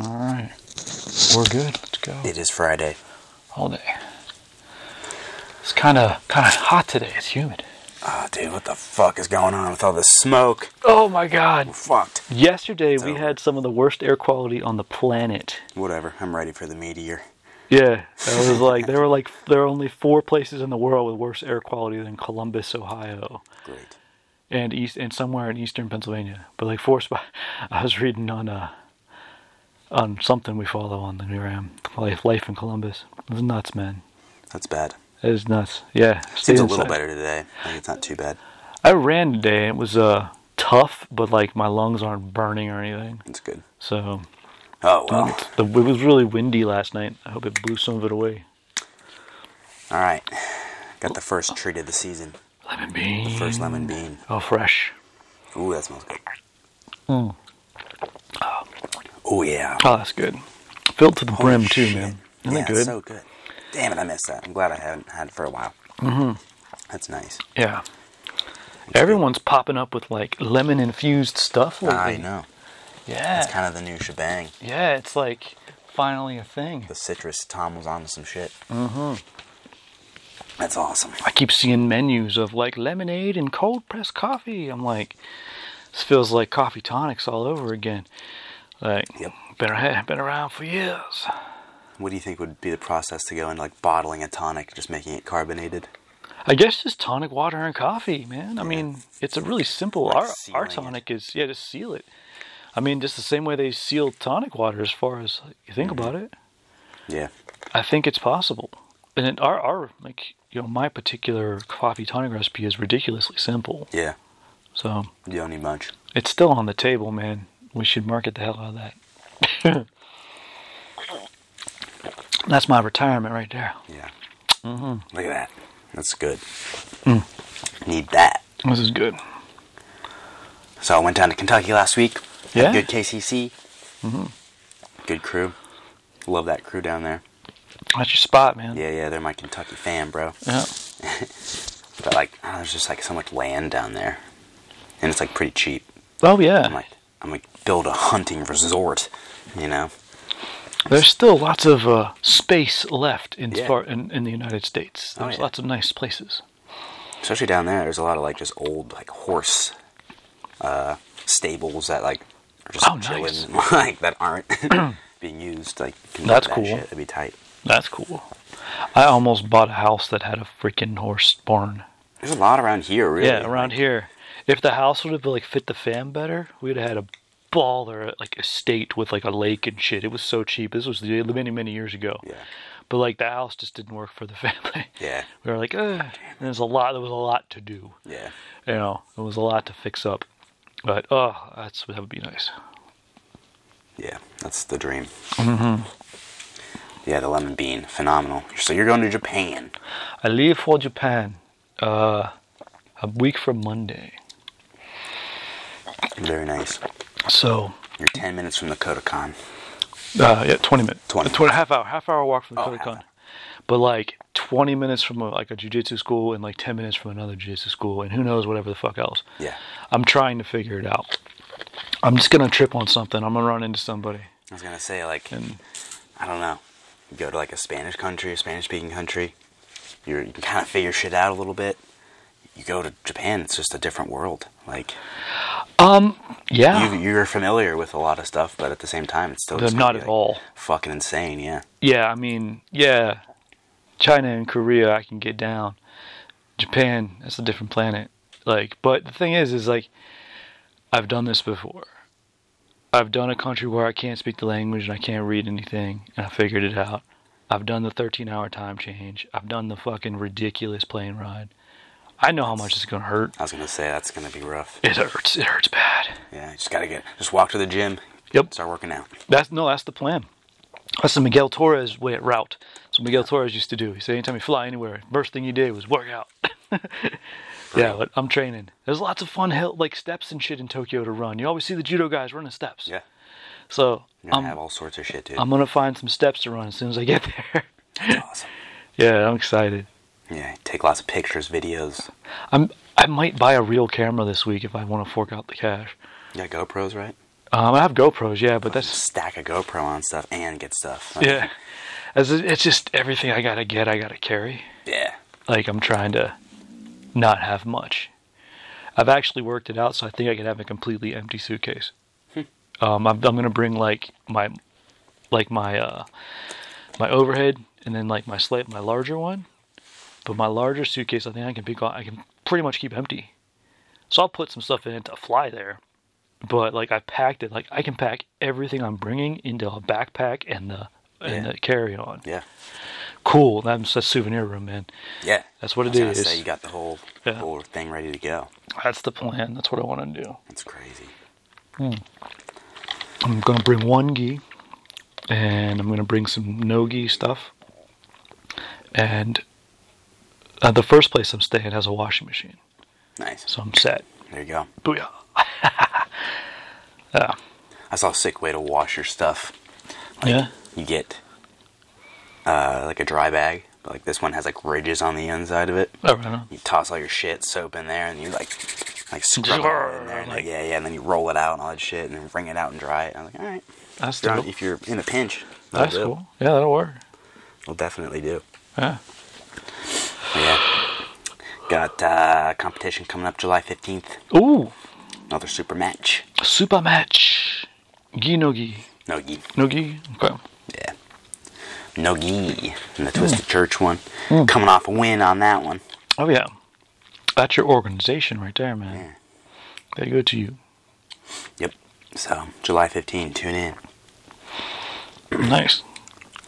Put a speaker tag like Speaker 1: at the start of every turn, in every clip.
Speaker 1: All right. We're good. Let's go.
Speaker 2: It is Friday.
Speaker 1: All day. It's kind of kind of hot today. It's humid.
Speaker 2: Oh, dude, what the fuck is going on with all this smoke?
Speaker 1: Oh my god.
Speaker 2: Fucked.
Speaker 1: Yesterday we
Speaker 2: over.
Speaker 1: had some of the worst air quality on the planet.
Speaker 2: Whatever. I'm ready for the meteor.
Speaker 1: Yeah. It was like there were like there are only four places in the world with worse air quality than Columbus, Ohio,
Speaker 2: Great.
Speaker 1: and east and somewhere in eastern Pennsylvania. But like four spots. I was reading on uh on something we follow on the gram, life life in Columbus. It was nuts, man.
Speaker 2: That's bad.
Speaker 1: It was nuts. Yeah. Stay
Speaker 2: Seems a little
Speaker 1: inside.
Speaker 2: better today. Like it's not too bad.
Speaker 1: I ran today. It was uh tough, but like my lungs aren't burning or anything.
Speaker 2: It's good.
Speaker 1: So
Speaker 2: Oh well.
Speaker 1: it's the, it was really windy last night. I hope it blew some of it away.
Speaker 2: All right. Got the first treat of the season.
Speaker 1: Lemon bean.
Speaker 2: First lemon bean.
Speaker 1: Oh, fresh.
Speaker 2: Ooh, that smells good.
Speaker 1: Mm.
Speaker 2: Oh yeah.
Speaker 1: Oh, that's good. Filled to the
Speaker 2: Holy
Speaker 1: brim too,
Speaker 2: shit.
Speaker 1: man. Isn't
Speaker 2: Yeah,
Speaker 1: that good?
Speaker 2: so good. Damn it, I missed that. I'm glad I haven't had it for a while. Mm-hmm. That's nice.
Speaker 1: yeah. Everyone's popping up with like lemon infused stuff lately.
Speaker 2: I know.
Speaker 1: Yeah.
Speaker 2: It's kind of the new shebang.
Speaker 1: yeah, it's like finally a thing.
Speaker 2: The citrus. Tom was on to some shit. Mm-hmm. That's awesome.
Speaker 1: I keep seeing menus of like lemonade and cold pressed coffee. I'm like, this feels like coffee tonics all over again. Like,
Speaker 2: Yep.
Speaker 1: been, ar- been around for years.
Speaker 2: What do you think would be the process to go into like bottling a tonic, just making it carbonated?
Speaker 1: I guess just tonic water and coffee, man. I mean, it's a really simple.
Speaker 2: Like
Speaker 1: Our, our
Speaker 2: sealing it.
Speaker 1: tonic is yeah, just seal it. I mean, just the same way they seal tonic water. As far as you think about it,
Speaker 2: Yeah.
Speaker 1: I think it's possible. And it, our our like you know my particular coffee tonic recipe is ridiculously simple.
Speaker 2: Yeah.
Speaker 1: So
Speaker 2: You don't need much.
Speaker 1: it's still on the table, man. We should market the hell out of that. That's my retirement right there.
Speaker 2: Yeah. Look at that. That's good. Need that.
Speaker 1: This is good.
Speaker 2: So I went down to Kentucky last week. Had
Speaker 1: Yeah?
Speaker 2: Good KCC. Mm-hmm. Good crew. Love that crew down there.
Speaker 1: That's your spot, man.
Speaker 2: Yeah, yeah, they're my Kentucky fan, bro.
Speaker 1: Yeah.
Speaker 2: But like, I don't know, there's just like so much land down there, and it's like pretty cheap.
Speaker 1: Oh yeah.
Speaker 2: I'm like, I'm like build a hunting resort, you know?
Speaker 1: There's still lots of uh, space left in,
Speaker 2: Yeah.
Speaker 1: far, in in the United States.
Speaker 2: Oh,
Speaker 1: There's
Speaker 2: yeah.
Speaker 1: lots of nice places.
Speaker 2: Especially down there, there's a lot of like just old like horse uh, stables that like are just
Speaker 1: Oh,
Speaker 2: chilling,
Speaker 1: nice.
Speaker 2: like that aren't being used. Like, you can
Speaker 1: That's
Speaker 2: that
Speaker 1: cool.
Speaker 2: Shit. That'd be tight.
Speaker 1: That's cool. I almost bought a house that had a freaking horse barn.
Speaker 2: There's a lot around here, really.
Speaker 1: Yeah, around here. If the house would have like fit the fam better, we'd have had a baller like estate with like a lake and shit. It was so cheap. This was the- many many years ago.
Speaker 2: Yeah.
Speaker 1: But like the house just didn't work for the family.
Speaker 2: Yeah.
Speaker 1: We were like, Ugh. and there's a lot. There was a lot to do.
Speaker 2: Yeah.
Speaker 1: You know, it was a lot to fix up. But oh, that's that would be nice.
Speaker 2: Yeah. That's the dream. Mm-hmm. Yeah, the lemon bean, phenomenal. So you're going to Japan.
Speaker 1: I leave for Japan uh, a week from Monday.
Speaker 2: Very nice.
Speaker 1: So,
Speaker 2: You're 10 minutes from the Kodokan.
Speaker 1: uh, yeah, 20 minutes.
Speaker 2: 20.
Speaker 1: Tw- half hour, half hour walk from the
Speaker 2: Oh, half
Speaker 1: Kodokan.
Speaker 2: hour.
Speaker 1: But like 20 minutes from a, like a jujitsu school and like 10 minutes from another jujitsu school and who knows whatever the fuck else.
Speaker 2: Yeah.
Speaker 1: I'm trying to figure it out. I'm just going to trip on something. I'm going to run into somebody.
Speaker 2: I was gonna say like
Speaker 1: And
Speaker 2: I don't know. You go to like a Spanish country, a Spanish speaking country. You're, you can kind of figure shit out a little bit. You go to Japan, it's just a different world. Like
Speaker 1: um, yeah,
Speaker 2: you, you're familiar with a lot of stuff, but at the same time, it's still
Speaker 1: Ah. they're
Speaker 2: just gonna
Speaker 1: not
Speaker 2: be,
Speaker 1: at
Speaker 2: like,
Speaker 1: all.
Speaker 2: Fucking insane, yeah.
Speaker 1: Yeah, I mean, yeah, China and Korea I can get down. Japan, that's a different planet. Like, but the thing is, is like, I've done this before. I've done a country where I can't speak the language and I can't read anything, and I figured it out. I've done the 13-hour time change. I've done the fucking ridiculous plane ride. I know how much it's gonna hurt.
Speaker 2: I was gonna say that's gonna be rough.
Speaker 1: It hurts. It hurts bad.
Speaker 2: Yeah, you just gotta get just walk to the gym,
Speaker 1: Yep.
Speaker 2: start working out.
Speaker 1: That's no, that's the plan. That's the Miguel Torres way route. So Miguel Torres used to do. He said, anytime you fly anywhere, first thing you did was work out. yeah, but I'm training. There's lots of fun hill like steps and shit in Tokyo to run. You always see the judo guys running steps.
Speaker 2: Yeah,
Speaker 1: So
Speaker 2: you're gonna
Speaker 1: I'm
Speaker 2: have all sorts of shit, dude.
Speaker 1: I'm gonna find some steps to run as soon as I get there.
Speaker 2: That's awesome.
Speaker 1: yeah, I'm excited.
Speaker 2: Yeah, take lots of pictures, videos.
Speaker 1: I'm I might buy a real camera this week if I want to fork out the cash.
Speaker 2: You got GoPros, right?
Speaker 1: Um, I have GoPros, yeah, but that's
Speaker 2: Stack a GoPro on stuff and get stuff. Like,
Speaker 1: yeah. As it- it's just everything I gotta get, I gotta carry.
Speaker 2: Yeah.
Speaker 1: Like I'm trying to not have much. I've actually worked it out, so I think I could have a completely empty suitcase.
Speaker 2: Hmm.
Speaker 1: um, I'm, I'm gonna bring like my, like my, uh, my overhead, and then like my slate, my larger one. But my larger suitcase, I think I can pick. I can pretty much keep empty. So I'll put some stuff in it to fly there. But like I packed it, like I can pack everything I'm bringing into a backpack and the and
Speaker 2: Yeah.
Speaker 1: the carry on.
Speaker 2: Yeah.
Speaker 1: Cool. That's a souvenir room, man.
Speaker 2: Yeah.
Speaker 1: That's what
Speaker 2: I
Speaker 1: it
Speaker 2: was gonna
Speaker 1: is.
Speaker 2: Say you got the whole
Speaker 1: Yeah.
Speaker 2: whole thing ready to go.
Speaker 1: That's the plan. That's what I want to do.
Speaker 2: That's crazy.
Speaker 1: I'm gonna bring one gi, and I'm gonna bring some no gi stuff. And uh, the first place I'm staying has a washing machine,
Speaker 2: Nice.
Speaker 1: so I'm set.
Speaker 2: There you go.
Speaker 1: Booyah!
Speaker 2: I saw a sick way to wash your stuff.
Speaker 1: yeah,
Speaker 2: You get uh, like a dry bag. but, Like this one has like ridges on the inside of it.
Speaker 1: I don't know.
Speaker 2: You toss all your shit, soap in there, and you like like scrub it all in there. and, like,
Speaker 1: Like-
Speaker 2: yeah, yeah, and then you roll it out and all that shit, and then wring it out and dry it. And I was like, all right.
Speaker 1: That's
Speaker 2: If you're, on-
Speaker 1: dope.
Speaker 2: if you're in a pinch, that'll
Speaker 1: That's
Speaker 2: do.
Speaker 1: cool. Yeah, that'll work.
Speaker 2: It'll definitely do.
Speaker 1: Yeah.
Speaker 2: Yeah. Got uh, competition coming up July 15th.
Speaker 1: Ooh,
Speaker 2: Another super match.
Speaker 1: super match. Gi no gi,
Speaker 2: No gi.
Speaker 1: no gi. Okay.
Speaker 2: Yeah. No gi. And the Twisted Church one. Coming off a win on that one.
Speaker 1: Oh yeah, that's your organization right there, man.
Speaker 2: Yeah.
Speaker 1: They go to you.
Speaker 2: Yep. So, July 15th, tune in.
Speaker 1: nice.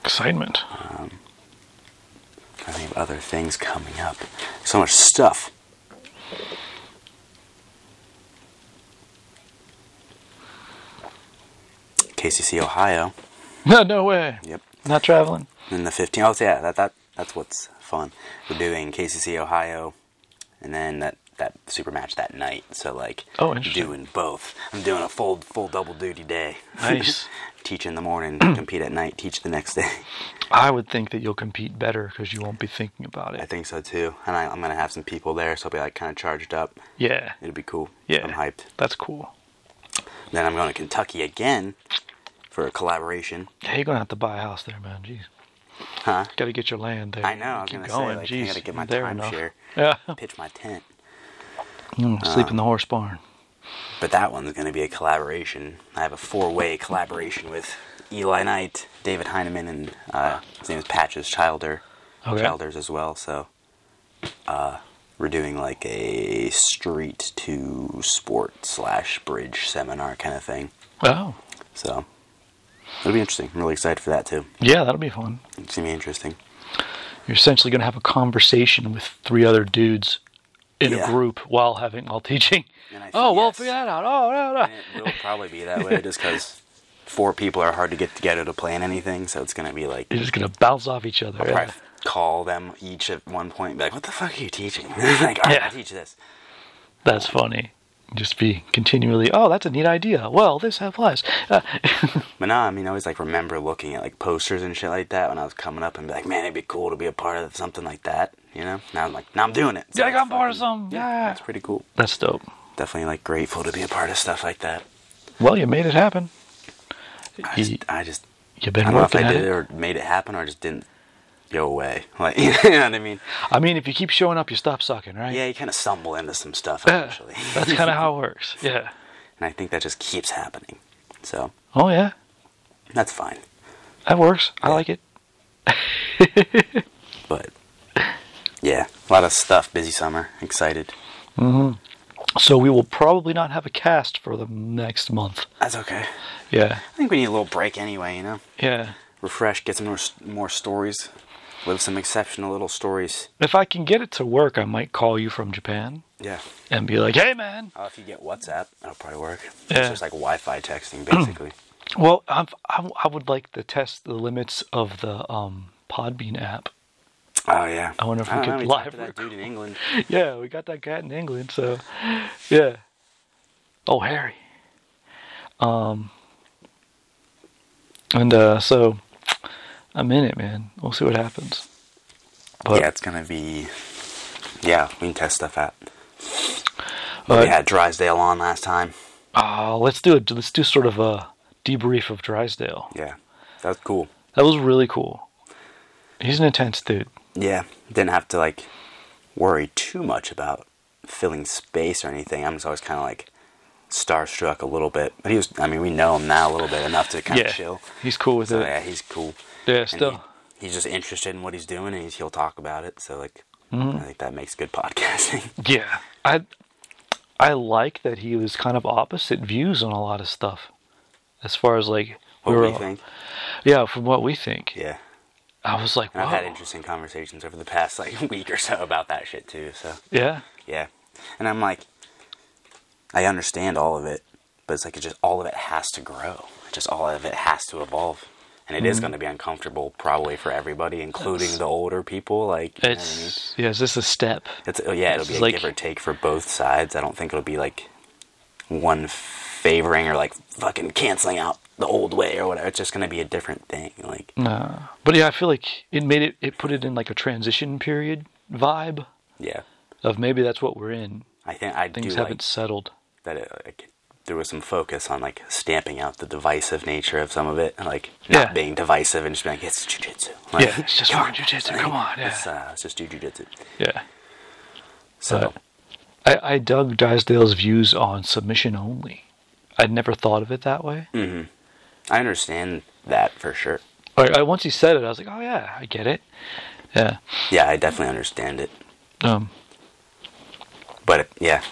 Speaker 1: Excitement.
Speaker 2: I think of other things coming up. So much stuff. KCC Ohio.
Speaker 1: No, no way.
Speaker 2: Yep.
Speaker 1: Not traveling.
Speaker 2: And the 15th. Oh, yeah, that, that that's what's fun. We're doing KCC Ohio, and then that that super match that night. So like,
Speaker 1: Oh, interesting.
Speaker 2: doing both. I'm doing a full full double duty day.
Speaker 1: Nice.
Speaker 2: teach in the morning, compete at night, teach the next day.
Speaker 1: I would think that you'll compete better because you won't be thinking about
Speaker 2: I
Speaker 1: it.
Speaker 2: think so too. And I, I'm gonna have some people there, so I'll be like kind of charged up.
Speaker 1: Yeah,
Speaker 2: It'll be cool.
Speaker 1: Yeah.
Speaker 2: I'm hyped.
Speaker 1: that's cool.
Speaker 2: Then I'm going to Kentucky again for a collaboration.
Speaker 1: Yeah, you're gonna have to buy a house there, man. Jeez,
Speaker 2: Huh?
Speaker 1: got to get your land there.
Speaker 2: I know. I was
Speaker 1: Keep
Speaker 2: gonna
Speaker 1: going.
Speaker 2: say like
Speaker 1: Jeez,
Speaker 2: I gotta get my
Speaker 1: there enough.
Speaker 2: timeshare, Uh,
Speaker 1: Yeah,
Speaker 2: pitch my tent.
Speaker 1: Mm, sleep in the horse barn.
Speaker 2: But that one's going to be a collaboration. I have a four-way collaboration with Eli Knight, David Heineman, and uh, his name is Patches Childer,
Speaker 1: Okay.
Speaker 2: Childers as well. So uh, we're doing like a street to sport slash bridge seminar kind of thing.
Speaker 1: Oh,
Speaker 2: So it'll be interesting. I'm really excited for that too.
Speaker 1: yeah, that'll be fun.
Speaker 2: It's gonna be interesting.
Speaker 1: You're essentially gonna have a conversation with three other dudes in
Speaker 2: Yeah.
Speaker 1: a group while having while teaching.
Speaker 2: And I
Speaker 1: Oh,
Speaker 2: said
Speaker 1: well,
Speaker 2: yes.
Speaker 1: figure that out. Oh, no, no.
Speaker 2: It will probably be that way just because four people are hard to get together to plan anything. So it's gonna be like
Speaker 1: You're just gonna bounce off each other.
Speaker 2: I'll
Speaker 1: yeah.
Speaker 2: probably call them each at one point and be like, what the fuck are you teaching? like, all right,
Speaker 1: Yeah.
Speaker 2: I teach this.
Speaker 1: That's funny. Just be continually. Oh, that's a neat idea. Well, this applies. Uh,
Speaker 2: But nah, I mean, I always like remember looking at like posters and shit like that when I was coming up and be like, man, it'd be cool to be a part of something like that, you know? Now I'm like, now I'm doing it. So
Speaker 1: Yeah, I got
Speaker 2: it's
Speaker 1: part of some.
Speaker 2: fucking-
Speaker 1: Yeah.
Speaker 2: That's pretty cool.
Speaker 1: that's dope.
Speaker 2: Definitely like grateful to be a part of stuff like that.
Speaker 1: Well, you made it happen.
Speaker 2: I
Speaker 1: You-
Speaker 2: just, I just
Speaker 1: You've
Speaker 2: I
Speaker 1: been
Speaker 2: don't know if
Speaker 1: working
Speaker 2: I
Speaker 1: at
Speaker 2: did it
Speaker 1: it.
Speaker 2: or made it happen or just didn't go away. Like, you know what I mean?
Speaker 1: I mean, if you keep showing up, you stop sucking, right?
Speaker 2: Yeah, you kind of stumble into some stuff
Speaker 1: Yeah,
Speaker 2: eventually.
Speaker 1: that's kind of how it works. Yeah.
Speaker 2: and I think that just keeps happening. So
Speaker 1: Oh yeah,
Speaker 2: that's fine.
Speaker 1: that works. I like it.
Speaker 2: But yeah, a lot of stuff. Busy summer. Excited.
Speaker 1: So we will probably not have a cast for the next month.
Speaker 2: That's okay.
Speaker 1: Yeah.
Speaker 2: I think we need a little break anyway, you know?
Speaker 1: Yeah.
Speaker 2: Refresh, get some more, more stories, live some exceptional little stories.
Speaker 1: If I can get it to work, I might call you from Japan
Speaker 2: Yeah.
Speaker 1: and be like, "Hey, man."
Speaker 2: Uh, if you get WhatsApp, that'll probably work. It's
Speaker 1: Yeah.
Speaker 2: just like Wi Fi texting, basically.
Speaker 1: Well, I'm, I, I would like to test the limits of the um, Podbean app.
Speaker 2: oh, yeah.
Speaker 1: I wonder if we
Speaker 2: don't
Speaker 1: could
Speaker 2: know, talked
Speaker 1: live
Speaker 2: to that
Speaker 1: record.
Speaker 2: dude in England.
Speaker 1: yeah, we got that cat in England, so yeah. Oh, Harry. Um, and uh, so I'm in it, man. We'll see what happens. But
Speaker 2: yeah, it's going to be. Yeah, we can test stuff out.
Speaker 1: but-
Speaker 2: we had Drysdale on last time.
Speaker 1: uh, let's do it. Let's do sort of a debrief of Drysdale.
Speaker 2: Yeah, that's cool.
Speaker 1: That was really cool. He's an intense dude.
Speaker 2: Yeah, didn't have to like worry too much about filling space or anything. I'm just always kind of like starstruck a little bit. But he was, I mean, we know him now a little bit enough to kind of
Speaker 1: yeah,
Speaker 2: chill.
Speaker 1: he's cool with
Speaker 2: So
Speaker 1: it.
Speaker 2: yeah, he's cool.
Speaker 1: Yeah,
Speaker 2: And
Speaker 1: still.
Speaker 2: he- he's just interested in what he's doing, and he's, he'll talk about it. So like,
Speaker 1: Mm-hmm.
Speaker 2: I think that makes good podcasting.
Speaker 1: Yeah, I I like that he was kind of opposite views on a lot of stuff, as far as like
Speaker 2: what
Speaker 1: we
Speaker 2: do
Speaker 1: were,
Speaker 2: you think?
Speaker 1: yeah, from what we think.
Speaker 2: Yeah,
Speaker 1: I was like,
Speaker 2: and
Speaker 1: wow,
Speaker 2: I've had interesting conversations over the past like week or so about that shit too. So
Speaker 1: yeah,
Speaker 2: yeah, and I'm like, I understand all of it, but it's like it just all of it has to grow. Just all of it has to evolve. And it
Speaker 1: Mm-hmm.
Speaker 2: going to be uncomfortable, probably for everybody, including the older people. Like, you know what I mean?
Speaker 1: it's yeah, is this a step?
Speaker 2: It's oh, yeah, it'll
Speaker 1: It's
Speaker 2: be a
Speaker 1: like-
Speaker 2: give or take for both sides. I don't think it'll be like one favoring or like fucking canceling out the old way or whatever. It's just gonna be a different thing. Like
Speaker 1: No, but yeah, I feel like it made it it put it in like a transition period vibe
Speaker 2: yeah,
Speaker 1: of maybe that's what we're in.
Speaker 2: I think I
Speaker 1: Things
Speaker 2: do
Speaker 1: haven't
Speaker 2: like
Speaker 1: settled.
Speaker 2: that. It, like, there was some focus on like stamping out the divisive nature of some of it, and, like
Speaker 1: Yeah.
Speaker 2: not being divisive and just being like it's jujitsu. Like,
Speaker 1: Yeah, it's just more jujitsu. Come on, yeah.
Speaker 2: Let's, uh, let's just do jujitsu.
Speaker 1: Yeah,
Speaker 2: So
Speaker 1: But- I, I dug Drysdale's views on submission only. I'd never thought of it that way.
Speaker 2: Hmm. I understand that for sure.
Speaker 1: Like, I, once he said it, I was like, oh yeah, I get it. Yeah.
Speaker 2: Yeah, I definitely understand it.
Speaker 1: Um,
Speaker 2: but it- yeah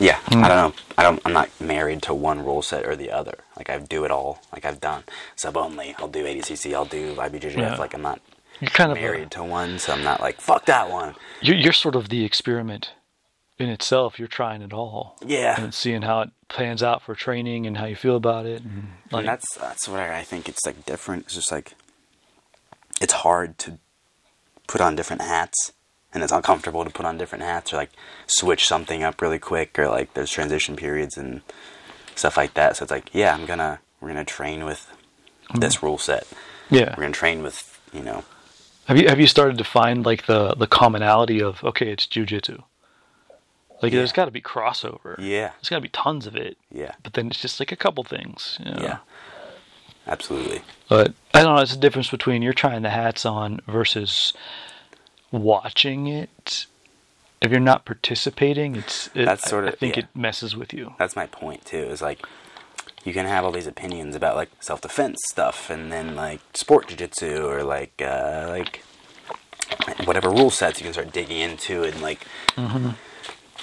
Speaker 2: yeah i
Speaker 1: Mm.
Speaker 2: don't know i don't i'm not married to one rule set or the other like i do it all like i've done sub only i'll do adcc i'll do ibjjf
Speaker 1: Yeah.
Speaker 2: like i'm not
Speaker 1: you're kind of a,
Speaker 2: married to one so i'm not like fuck that one
Speaker 1: you're, you're sort of the experiment in itself. You're trying it all
Speaker 2: yeah
Speaker 1: and seeing how it pans out for training and how you feel about it. And like,
Speaker 2: and that's that's what I, I think it's like different it's just like it's hard to put on different hats and it's uncomfortable to put on different hats or like switch something up really quick or like there's transition periods and stuff like that so it's like yeah i'm gonna we're gonna train with this rule set
Speaker 1: yeah.
Speaker 2: we're gonna train with you know
Speaker 1: Have you have you started to find like the the commonality of okay, it's jujitsu. Like
Speaker 2: Yeah.
Speaker 1: there's got to be crossover.
Speaker 2: Yeah.
Speaker 1: There's got to be tons of it.
Speaker 2: yeah
Speaker 1: But then it's just like a couple things. You know?
Speaker 2: yeah absolutely
Speaker 1: But I don't know. It's the difference between you're trying the hats on versus watching it. If you're not participating, it's it,
Speaker 2: That's
Speaker 1: I-
Speaker 2: sort
Speaker 1: I,
Speaker 2: of-
Speaker 1: think
Speaker 2: yeah.
Speaker 1: it messes with you.
Speaker 2: that's my point too is like you can have all these opinions about like self-defense stuff and then like sport jiu-jitsu or like uh like whatever rule sets you can start digging into and like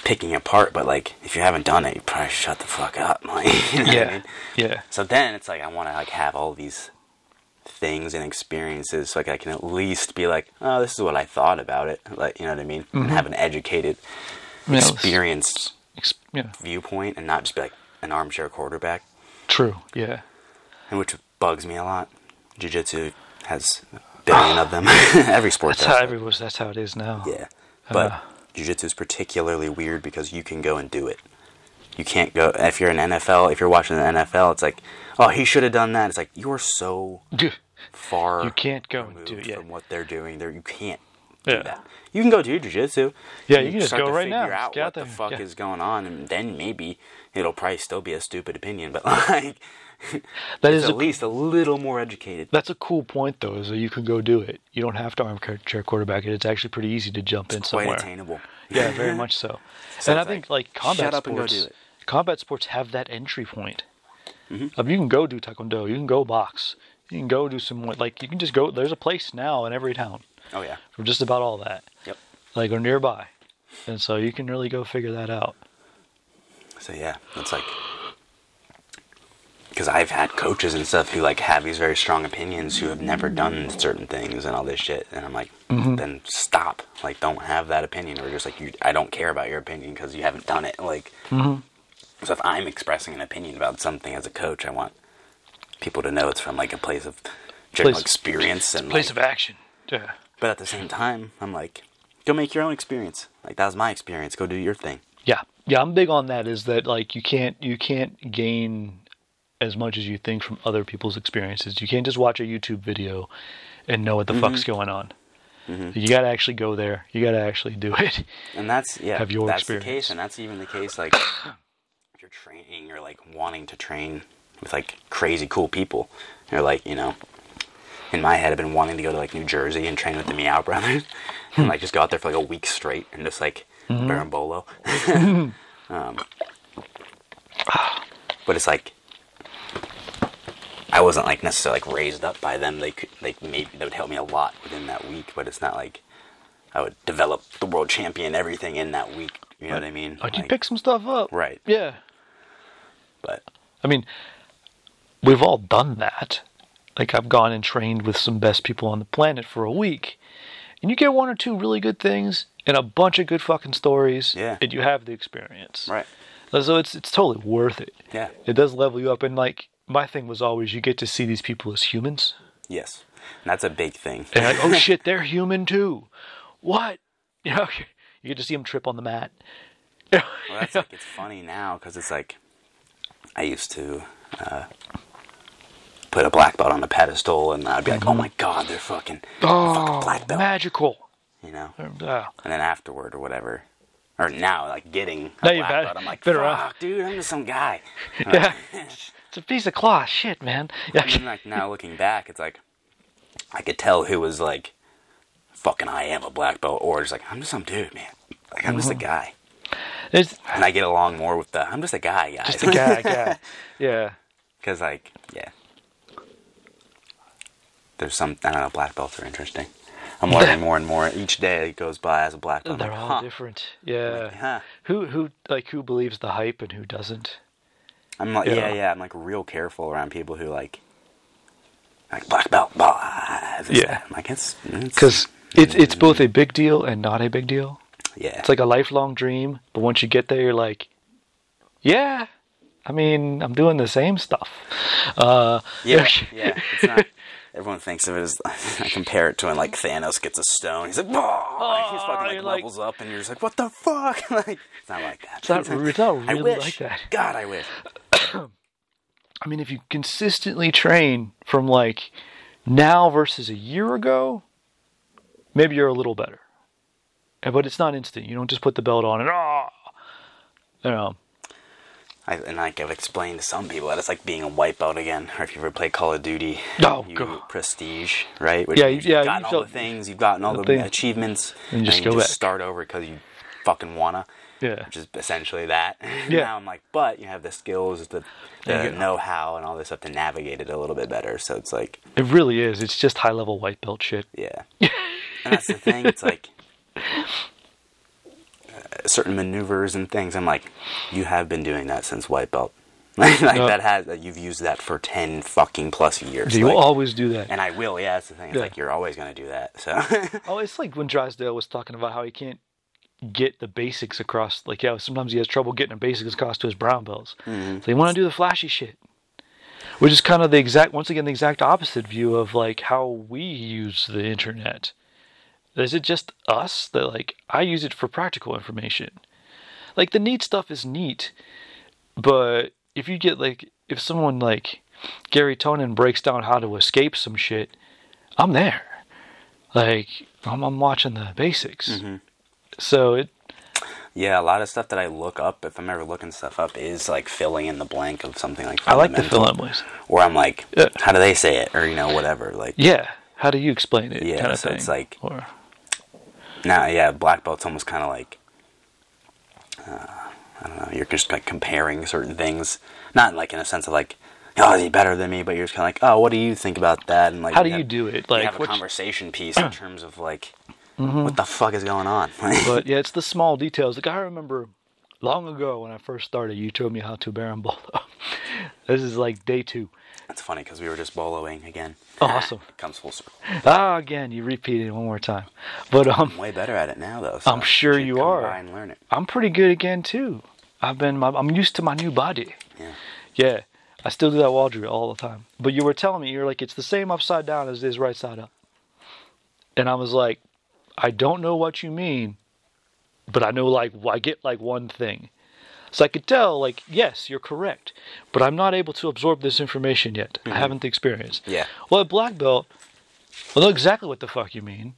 Speaker 2: picking apart but like if you haven't done it you probably shut the fuck up like you know what I
Speaker 1: Yeah,
Speaker 2: mean?
Speaker 1: yeah,
Speaker 2: so then it's like i want to like have all these things and experiences so like i can at least be like oh this is what i thought about it like you know what i mean and have an educated
Speaker 1: Yeah, let's-
Speaker 2: experienced
Speaker 1: ex- yeah,
Speaker 2: viewpoint and not just be like an armchair quarterback,
Speaker 1: true. Yeah,
Speaker 2: and which bugs me a lot. Jiu Jitsu has a billion of them. Every sport
Speaker 1: that's how
Speaker 2: does.
Speaker 1: everyone. That's how it is now.
Speaker 2: Yeah. But
Speaker 1: Uh.
Speaker 2: Jiu Jitsu is particularly weird because you can go and do it. You can't go, if you're an NFL, if you're watching the NFL, it's like, oh, he should have done that. It's like, you're so far
Speaker 1: You can't go and
Speaker 2: removed
Speaker 1: do it. Yeah,
Speaker 2: from what they're doing there. You can't do
Speaker 1: yeah.
Speaker 2: that. You can go do jujitsu.
Speaker 1: Yeah,
Speaker 2: and
Speaker 1: you can just
Speaker 2: start
Speaker 1: go
Speaker 2: to
Speaker 1: right now.
Speaker 2: Figure
Speaker 1: Just
Speaker 2: out
Speaker 1: get
Speaker 2: what
Speaker 1: out
Speaker 2: the
Speaker 1: there.
Speaker 2: fuck
Speaker 1: Yeah.
Speaker 2: is going on, and then maybe it'll probably still be a stupid opinion, but like
Speaker 1: That is
Speaker 2: it's at
Speaker 1: a,
Speaker 2: least a little more educated.
Speaker 1: that's a cool point though. Is that you can go do it. You don't have to armchair quarterback it. It's actually pretty easy to jump in
Speaker 2: Quite
Speaker 1: somewhere.
Speaker 2: attainable.
Speaker 1: Yeah, very much so.
Speaker 2: So
Speaker 1: and I
Speaker 2: it's
Speaker 1: think
Speaker 2: like,
Speaker 1: like combat
Speaker 2: shut up and go
Speaker 1: sports,
Speaker 2: do it.
Speaker 1: combat sports have that entry point.
Speaker 2: Mm-hmm.
Speaker 1: I mean, you can go do taekwondo, you can go box, you can go do some what- like you can just go. There's a place now in every town
Speaker 2: Oh yeah.
Speaker 1: for just about all that,
Speaker 2: Yep.
Speaker 1: like or nearby, and so you can really go figure that out.
Speaker 2: So yeah, it's like because I've had coaches and stuff who like have these very strong opinions who have never done certain things and all this shit, and I'm like,
Speaker 1: Mm-hmm.
Speaker 2: then stop. Like, don't have that opinion, or just like, you, I don't care about your opinion because you haven't done it. Like,
Speaker 1: Mm-hmm.
Speaker 2: so if I'm expressing an opinion about something as a coach, I want people to know it's from like a place of general
Speaker 1: Place-
Speaker 2: experience and
Speaker 1: Place
Speaker 2: like,
Speaker 1: of action. Yeah.
Speaker 2: but at the same time, I'm like, go make your own experience. Like that was my experience. Go do your thing.
Speaker 1: Yeah, yeah, I'm big on that. Is that like you can't you can't gain as much as you think from other people's experiences. You can't just watch a YouTube video and know what the fuck's
Speaker 2: Mm-hmm.
Speaker 1: going on. You got to actually go there. You got to actually do it.
Speaker 2: And that's yeah,
Speaker 1: Have your
Speaker 2: that's the
Speaker 1: experience.
Speaker 2: case, and that's even the case. Like, if you're training or like wanting to train with like crazy cool people. Or like, you know, in my head, I've been wanting to go to like New Jersey and train with the Meow Brothers and like just go out there for like a week straight and just like
Speaker 1: Mm-hmm.
Speaker 2: burn bolo. um, but it's like I wasn't like necessarily like raised up by them. They could like maybe they would help me a lot within that week, but it's not like I would develop the world champion everything in that week. You know what I mean?
Speaker 1: Like, you pick some stuff up.
Speaker 2: Right.
Speaker 1: Yeah.
Speaker 2: But
Speaker 1: I mean, we've all done that. Like I've gone and trained with some best people on the planet for a week, and you get one or two really good things and a bunch of good fucking stories,
Speaker 2: Yeah.
Speaker 1: and you have the experience,
Speaker 2: right.
Speaker 1: So it's it's totally worth it.
Speaker 2: Yeah.
Speaker 1: It does level you up, and like my thing was always you get to see these people as humans,
Speaker 2: Yes. And that's a big thing.
Speaker 1: and like oh shit, they're human too. What? You know, you get to see them trip on the mat.
Speaker 2: Well, that's like it's funny now because it's like I used to uh, put a black belt on a pedestal, and I'd be
Speaker 1: Mm-hmm.
Speaker 2: like, "Oh my god, they're fucking, fucking black belt,"
Speaker 1: magical.
Speaker 2: you know.
Speaker 1: Uh,
Speaker 2: And then afterward or whatever, or now like getting a
Speaker 1: Now
Speaker 2: black
Speaker 1: you've had-
Speaker 2: belt, I'm like,
Speaker 1: been
Speaker 2: "Fuck,
Speaker 1: around."
Speaker 2: dude, I'm just some guy."
Speaker 1: yeah, it's a piece of cloth. Shit, man. Yeah.
Speaker 2: and then like now looking back, it's like I could tell who was like, "Fucking, I am a black belt," or just like, "I'm just some dude, man. Like I'm just
Speaker 1: Uh-huh.
Speaker 2: a guy."
Speaker 1: It's
Speaker 2: And I get along more with the, "I'm just a guy, guys."
Speaker 1: just a guy, guy. Yeah.
Speaker 2: Because, like, yeah. There's some, I don't know, black belts are interesting. I'm learning more and more. Each day that goes by as a black belt. I'm
Speaker 1: They're
Speaker 2: like,
Speaker 1: all
Speaker 2: huh.
Speaker 1: different. Yeah.
Speaker 2: huh.
Speaker 1: Who who like who believes the hype and who doesn't?
Speaker 2: I'm like, yeah.
Speaker 1: Yeah.
Speaker 2: yeah, I'm like real careful around people who, like, like black belt, blah. this,
Speaker 1: Yeah.
Speaker 2: that. I'm like, it's, it's-
Speaker 1: Because it's it's both a big deal and not a big deal.
Speaker 2: yeah.
Speaker 1: It's like a lifelong dream, but once you get there, you're like, yeah. I mean, I'm doing the same stuff. Uh,
Speaker 2: yeah, yeah. It's not, everyone thinks of it as, I compare it to when, like, Thanos gets a stone. He's like, oh, he's fucking, like,
Speaker 1: you're like-
Speaker 2: levels up, and you're just like, what the fuck? like, it's not like that.
Speaker 1: It's not, it's not really
Speaker 2: I wish.
Speaker 1: like that.
Speaker 2: God, I wish.
Speaker 1: I mean, if you consistently train from like now versus a year ago, maybe you're a little better. Eh, But it's not instant. You don't just put the belt on and ah, you know.
Speaker 2: I, and like I've explained to some people that it's like being a wipeout again, or if you ever play Call of Duty,
Speaker 1: Oh,
Speaker 2: you
Speaker 1: God.
Speaker 2: prestige, right? Which
Speaker 1: Yeah,
Speaker 2: means
Speaker 1: yeah,
Speaker 2: You've gotten
Speaker 1: you
Speaker 2: all
Speaker 1: felt-
Speaker 2: the things, you've gotten all the,
Speaker 1: the thing.
Speaker 2: achievements,
Speaker 1: And you just
Speaker 2: you
Speaker 1: go
Speaker 2: just
Speaker 1: back.
Speaker 2: start over because you fucking wanna.
Speaker 1: Yeah.
Speaker 2: Which is essentially that.
Speaker 1: Yeah.
Speaker 2: now I'm like, but you have the skills, the,
Speaker 1: There you
Speaker 2: the
Speaker 1: go.
Speaker 2: know-how, and all this stuff to navigate it a little bit better. So it's like,
Speaker 1: It really is. It's just high level white belt shit.
Speaker 2: yeah. and that's the thing. It's like uh, certain maneuvers and things. I'm like, you have been doing that since white belt. like
Speaker 1: No.
Speaker 2: that has that you've used that for ten fucking plus years.
Speaker 1: Do you
Speaker 2: like-
Speaker 1: always do that?
Speaker 2: and I will. Yeah, that's the thing. It's
Speaker 1: Yeah.
Speaker 2: like you're always gonna do that. So
Speaker 1: Oh, it's like when Drysdale was talking about how he can't get the basics across. Like, yeah, sometimes he has trouble getting the basics across to his brown belts. So you want to do the flashy shit, which is kind of the exact, once again, the exact opposite view of like how we use the internet. Is it just us that like I use it for practical information? Like the neat stuff is neat, but if you get like if someone like Gary Tonin breaks down how to escape some shit, I'm there. Like I'm, I'm watching the basics.
Speaker 2: Mm-hmm.
Speaker 1: So it
Speaker 2: yeah, a lot of stuff that I look up, if I'm ever looking stuff up, is like filling in the blank of something like
Speaker 1: I like the
Speaker 2: fundamental.
Speaker 1: fill in blanks.
Speaker 2: Or I'm like,
Speaker 1: Yeah.
Speaker 2: how do they say it? Or you know, whatever. Like
Speaker 1: Yeah. How do you explain it?
Speaker 2: Yeah,
Speaker 1: kind of
Speaker 2: so
Speaker 1: thing.
Speaker 2: it's like-
Speaker 1: or
Speaker 2: Now, yeah, black belt's almost kind of like uh, I don't know. You're just like comparing certain things, not like in a sense of like, oh, he's better than me, but you're just kind of like, oh, what do you think about that? And like,
Speaker 1: how do you do it? Like
Speaker 2: Like, have a
Speaker 1: what-
Speaker 2: conversation piece in terms of like, what the fuck is going on?
Speaker 1: but yeah, it's the small details. Like I remember long ago when I first started, you told me how to barambolo. this is like day two.
Speaker 2: That's funny because we were just boloing again.
Speaker 1: Awesome.
Speaker 2: Comes full circle.
Speaker 1: Ah, again, you repeated it one more time. But um,
Speaker 2: I'm way better at it now, though. so
Speaker 1: I'm sure
Speaker 2: should
Speaker 1: you
Speaker 2: come
Speaker 1: are.
Speaker 2: by and learn it.
Speaker 1: I'm pretty good again too. I've been my, I'm used to my new body.
Speaker 2: Yeah.
Speaker 1: Yeah, I still do that wall drill all the time. But you were telling me you're like it's the same upside down as it is right side up, and I was like, I don't know what you mean, but I know like I get like one thing. So I could tell, like, yes, you're correct, but I'm not able to absorb this information yet. I haven't the experience.
Speaker 2: Yeah.
Speaker 1: Well, at black belt, I'll know exactly what the fuck you mean,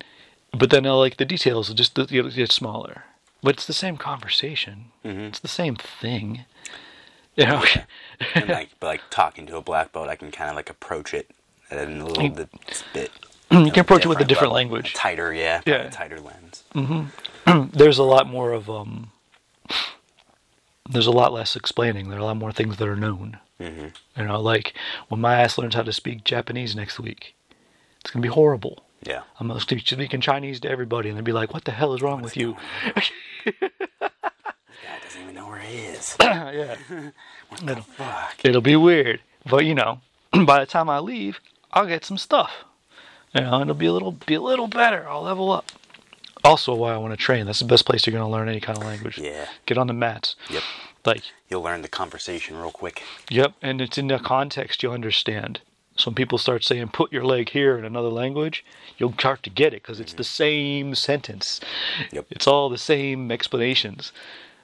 Speaker 1: but then I'll like the details will just you know, get smaller. But it's the same conversation. It's the same thing. Yeah. okay.
Speaker 2: and like but like talking to a black belt, I can kind of like approach it at a little bit bit.
Speaker 1: You can approach it with a different
Speaker 2: level,
Speaker 1: language.
Speaker 2: a tighter, yeah,
Speaker 1: Yeah. Mm.
Speaker 2: a tighter lens.
Speaker 1: there's a lot more of um there's a lot less explaining there are a lot more things that are known
Speaker 2: Mm-hmm.
Speaker 1: you know like when my ass learns how to speak japanese next week it's going to be horrible
Speaker 2: Yeah,
Speaker 1: i'm going to be speaking chinese to everybody and they'll be like what the hell is wrong with you
Speaker 2: God doesn't even know where he is.
Speaker 1: yeah
Speaker 2: Fuck.
Speaker 1: it'll be weird but you know by the time i leave i'll get some stuff you know and it'll be a little be a little better i'll level up also why i want to train that's the best place you're going to learn any kind of language
Speaker 2: Yeah.
Speaker 1: get on the mats
Speaker 2: Yep.
Speaker 1: like
Speaker 2: You'll learn the conversation real quick.
Speaker 1: Yep, and it's in the context you understand. So when people start saying "put your leg here" in another language, you'll start to get it because it's the same sentence.
Speaker 2: Yep.
Speaker 1: It's all the same explanations,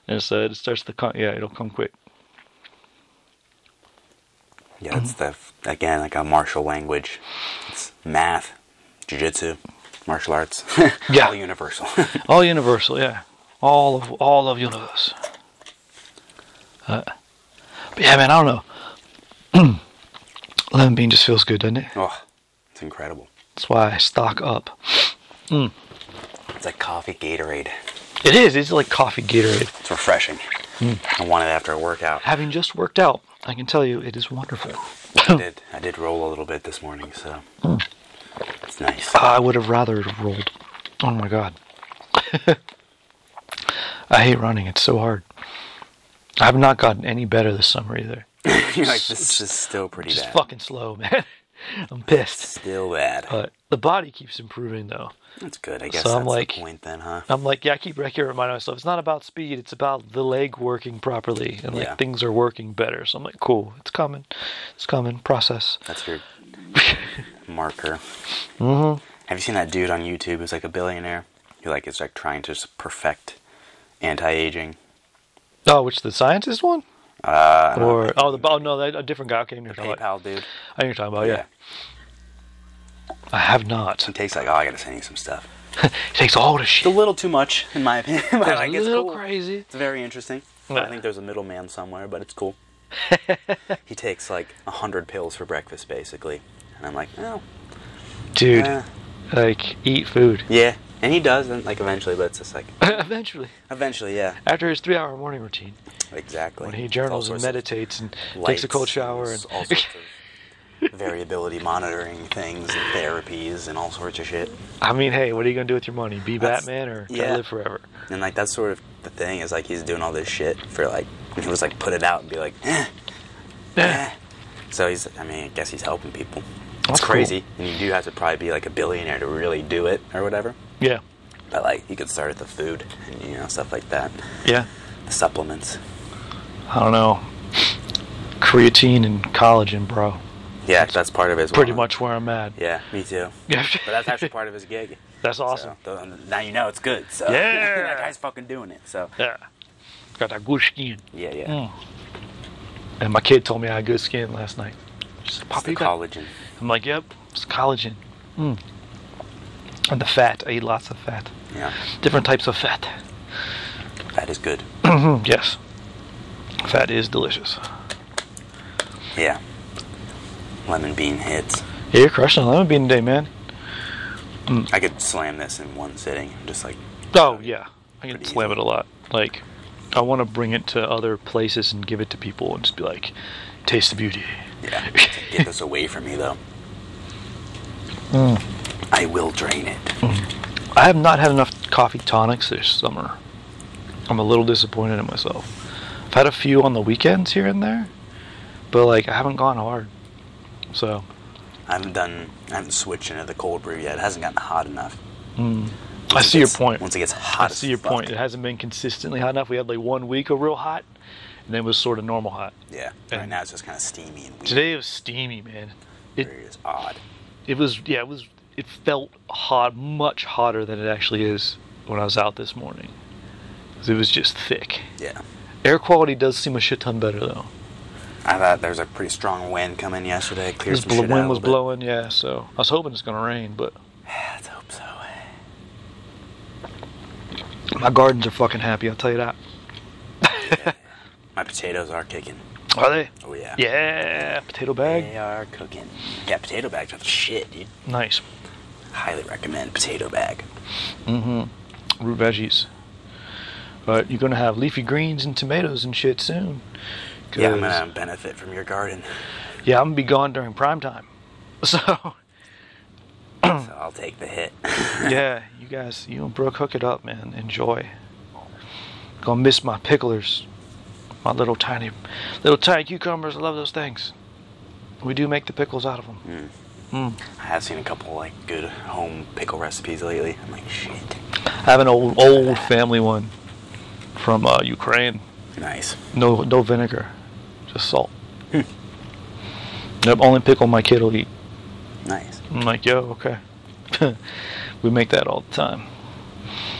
Speaker 1: and so it starts to con- yeah, it'll come quick.
Speaker 2: Yeah,
Speaker 1: Mm.
Speaker 2: it's the again like a martial language. It's math, jujitsu, martial arts.
Speaker 1: Yeah.
Speaker 2: all universal.
Speaker 1: All universal, yeah, all of all of universe. Uh, but yeah, man, I don't know. Lemon bean just feels good, doesn't it?
Speaker 2: oh, it's incredible.
Speaker 1: That's why I stock up.
Speaker 2: It's like coffee Gatorade.
Speaker 1: It is. It's like coffee Gatorade.
Speaker 2: It's refreshing.
Speaker 1: Mm.
Speaker 2: I want it after a workout.
Speaker 1: Having just worked out, I can tell you it is wonderful. Oh.
Speaker 2: I did. I did roll a little bit this morning, so
Speaker 1: Mm.
Speaker 2: it's nice.
Speaker 1: I would have rather it rolled. Oh my god. I hate running. It's so hard. I've not gotten any better this summer either.
Speaker 2: You're like this is still pretty
Speaker 1: Just
Speaker 2: bad.
Speaker 1: fucking slow, man. I'm pissed.
Speaker 2: Still bad.
Speaker 1: But the body keeps improving though.
Speaker 2: that's good. I guess
Speaker 1: so
Speaker 2: that's
Speaker 1: I'm like-
Speaker 2: the point then, huh?
Speaker 1: I'm like, yeah, I keep I keep reminding myself it's not about speed, it's about the leg working properly and like
Speaker 2: Yeah.
Speaker 1: things are working better. So I'm like, cool, it's coming. It's coming. Process.
Speaker 2: That's your marker. Mm-hmm. Have you seen that dude on YouTube who's like a billionaire? Who like is like trying to s- perfect anti-aging.
Speaker 1: Oh, which the scientist one?
Speaker 2: Uh,
Speaker 1: Or oh the oh no, that, a different guy. Okay, I knew you were talking about.
Speaker 2: PayPal dude.
Speaker 1: I knew you were
Speaker 2: Oh,
Speaker 1: talking about, yeah. I have not.
Speaker 2: He takes like, oh, I gotta send you some stuff.
Speaker 1: It takes all the
Speaker 2: It's a
Speaker 1: shit.
Speaker 2: little too much, in my opinion. but
Speaker 1: It's
Speaker 2: like,
Speaker 1: a
Speaker 2: it's
Speaker 1: little
Speaker 2: cool.
Speaker 1: crazy.
Speaker 2: It's very interesting.
Speaker 1: Yeah.
Speaker 2: I think there's a middleman somewhere, but it's cool. he takes like a hundred pills for breakfast, basically, and I'm like, oh,
Speaker 1: Dude,
Speaker 2: eh,
Speaker 1: like, eat food.
Speaker 2: yeah. And he does, and like eventually, but it's just like,
Speaker 1: Eventually.
Speaker 2: eventually, yeah,
Speaker 1: After his three hour morning routine,
Speaker 2: exactly.
Speaker 1: when he
Speaker 2: It's
Speaker 1: journals
Speaker 2: all
Speaker 1: and
Speaker 2: sorts
Speaker 1: meditates and
Speaker 2: of
Speaker 1: takes a cold
Speaker 2: lights,
Speaker 1: shower,
Speaker 2: there's
Speaker 1: and
Speaker 2: all sorts of variability monitoring things and therapies and all sorts of shit.
Speaker 1: I mean, hey, what are you going to do with your money? Be
Speaker 2: That's-
Speaker 1: Batman or try
Speaker 2: yeah.
Speaker 1: to live forever?
Speaker 2: And like that's sort of the thing is like he's doing all this shit for like he was like put it out and be like, eh, eh. So he's I mean I guess he's helping people.
Speaker 1: That's
Speaker 2: It's
Speaker 1: cool.
Speaker 2: crazy, and you do have to probably be like a billionaire to really do it or whatever.
Speaker 1: Yeah.
Speaker 2: But like you could start at the food and you know stuff like that,
Speaker 1: Yeah.
Speaker 2: the supplements.
Speaker 1: I don't know. Creatine and collagen, bro.
Speaker 2: Yeah, that's part of his.
Speaker 1: Pretty much where I'm at.
Speaker 2: Yeah, me too.
Speaker 1: Yeah.
Speaker 2: But that's actually part of his gig.
Speaker 1: That's awesome.
Speaker 2: So, th- now you know it's good. So
Speaker 1: Yeah.
Speaker 2: that guy's fucking doing it. So
Speaker 1: Yeah. Got that good skin.
Speaker 2: yeah, yeah.
Speaker 1: Mm. And my kid told me I had good skin last night. She said,
Speaker 2: It's
Speaker 1: "Papa,
Speaker 2: the
Speaker 1: you got
Speaker 2: collagen.
Speaker 1: I'm like, yep, it's collagen. Mm. And the fat. I eat lots of fat.
Speaker 2: Yeah,
Speaker 1: Different types of fat.
Speaker 2: that is good.
Speaker 1: Mhm, yes. Fat is delicious.
Speaker 2: Yeah. Lemon bean hits.
Speaker 1: Yeah, you're crushing a lemon bean today, man.
Speaker 2: I could slam this in one sitting. I'm just like,
Speaker 1: Oh, yeah. I can
Speaker 2: Pretty
Speaker 1: slam
Speaker 2: easy.
Speaker 1: it a lot. Like, I want to bring it to other places and give it to people and just be like, taste the beauty.
Speaker 2: yeah, get this away from me though.
Speaker 1: Hmm.
Speaker 2: I will drain it.
Speaker 1: I have not had enough coffee tonics this summer. I'm a little disappointed in myself. I've had a few on the weekends here and there, but like I haven't gone hard. So
Speaker 2: I haven't done. I haven't switched into the cold brew yet. It hasn't gotten hot enough.
Speaker 1: I
Speaker 2: Once it
Speaker 1: see your
Speaker 2: gets-
Speaker 1: point.
Speaker 2: Once it gets
Speaker 1: I
Speaker 2: hot, as
Speaker 1: see your
Speaker 2: fuck.
Speaker 1: point. It hasn't been consistently hot enough. We had like one week of real hot, and then it was sort of normal hot.
Speaker 2: Yeah.
Speaker 1: Yeah.
Speaker 2: Right now it's just kind of steamy and weird.
Speaker 1: Today it was steamy, man. It
Speaker 2: It's odd.
Speaker 1: it was yeah it was it felt hot, much hotter than it actually is when I was out this morning. 'Cause It was just thick.
Speaker 2: Yeah.
Speaker 1: Air quality does seem a shit ton better though.
Speaker 2: I thought there was a pretty strong wind coming yesterday. It Cleared
Speaker 1: This
Speaker 2: some
Speaker 1: bl-
Speaker 2: shit out
Speaker 1: wind
Speaker 2: a
Speaker 1: was
Speaker 2: little
Speaker 1: blowing, yeah. So I was hoping it's gonna rain, but
Speaker 2: bit. Let's hope so.
Speaker 1: my gardens are fucking happy. I'll tell you that.
Speaker 2: My potatoes are kicking.
Speaker 1: Are they?
Speaker 2: Oh yeah.
Speaker 1: Yeah, potato bag.
Speaker 2: They are cooking. Yeah, potato bags are the shit, dude.
Speaker 1: Nice.
Speaker 2: Highly recommend potato bag.
Speaker 1: Mm-hmm. Root veggies. But you're gonna have leafy greens and tomatoes and shit soon.
Speaker 2: Yeah, I'm
Speaker 1: 'Cause-
Speaker 2: gonna benefit from your garden.
Speaker 1: yeah, I'm gonna be gone during prime time. So
Speaker 2: So I'll take the hit.
Speaker 1: yeah, you guys, you and Brooke hook it up, man. Enjoy. Gonna miss my picklers, my little tiny, little tiny cucumbers. I love those things. We do make the pickles out of Mm. them.
Speaker 2: Hmm. I have seen a couple like good home pickle recipes lately. I'm like, shit.
Speaker 1: I have an old old family one from uh, Ukraine.
Speaker 2: Nice.
Speaker 1: No no vinegar, just salt. Hmm. Yep, only pickle my kid will eat.
Speaker 2: Nice.
Speaker 1: I'm like, yo, okay. we make that all the time.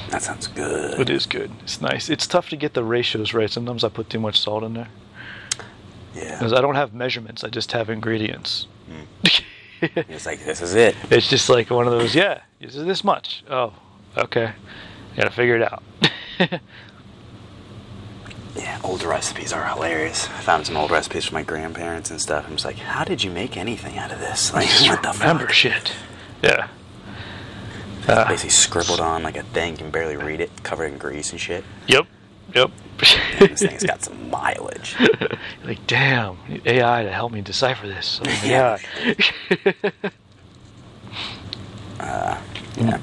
Speaker 2: That sounds good.
Speaker 1: It is good. It's nice. It's tough to get the ratios right. Sometimes I put too much salt in there.
Speaker 2: Yeah. Hmm.
Speaker 1: Because I don't have measurements, I just have ingredients.
Speaker 2: It's like this is it.
Speaker 1: It's just like one of those, yeah, this is this much. Oh, okay. Gotta figure it out.
Speaker 2: Yeah, old recipes are hilarious. I found some old recipes from my grandparents and stuff. I'm just like, how did you make anything out of this? Like, what the
Speaker 1: Remember
Speaker 2: fuck?
Speaker 1: shit. Yeah. Ah,
Speaker 2: It's basically scribbled on like a thing, can barely read it, covered in grease and shit.
Speaker 1: Yep. Yep.
Speaker 2: And this thing's got some mileage.
Speaker 1: like, damn, I need AI to help me decipher this. Oh my god.
Speaker 2: Uh, Yeah.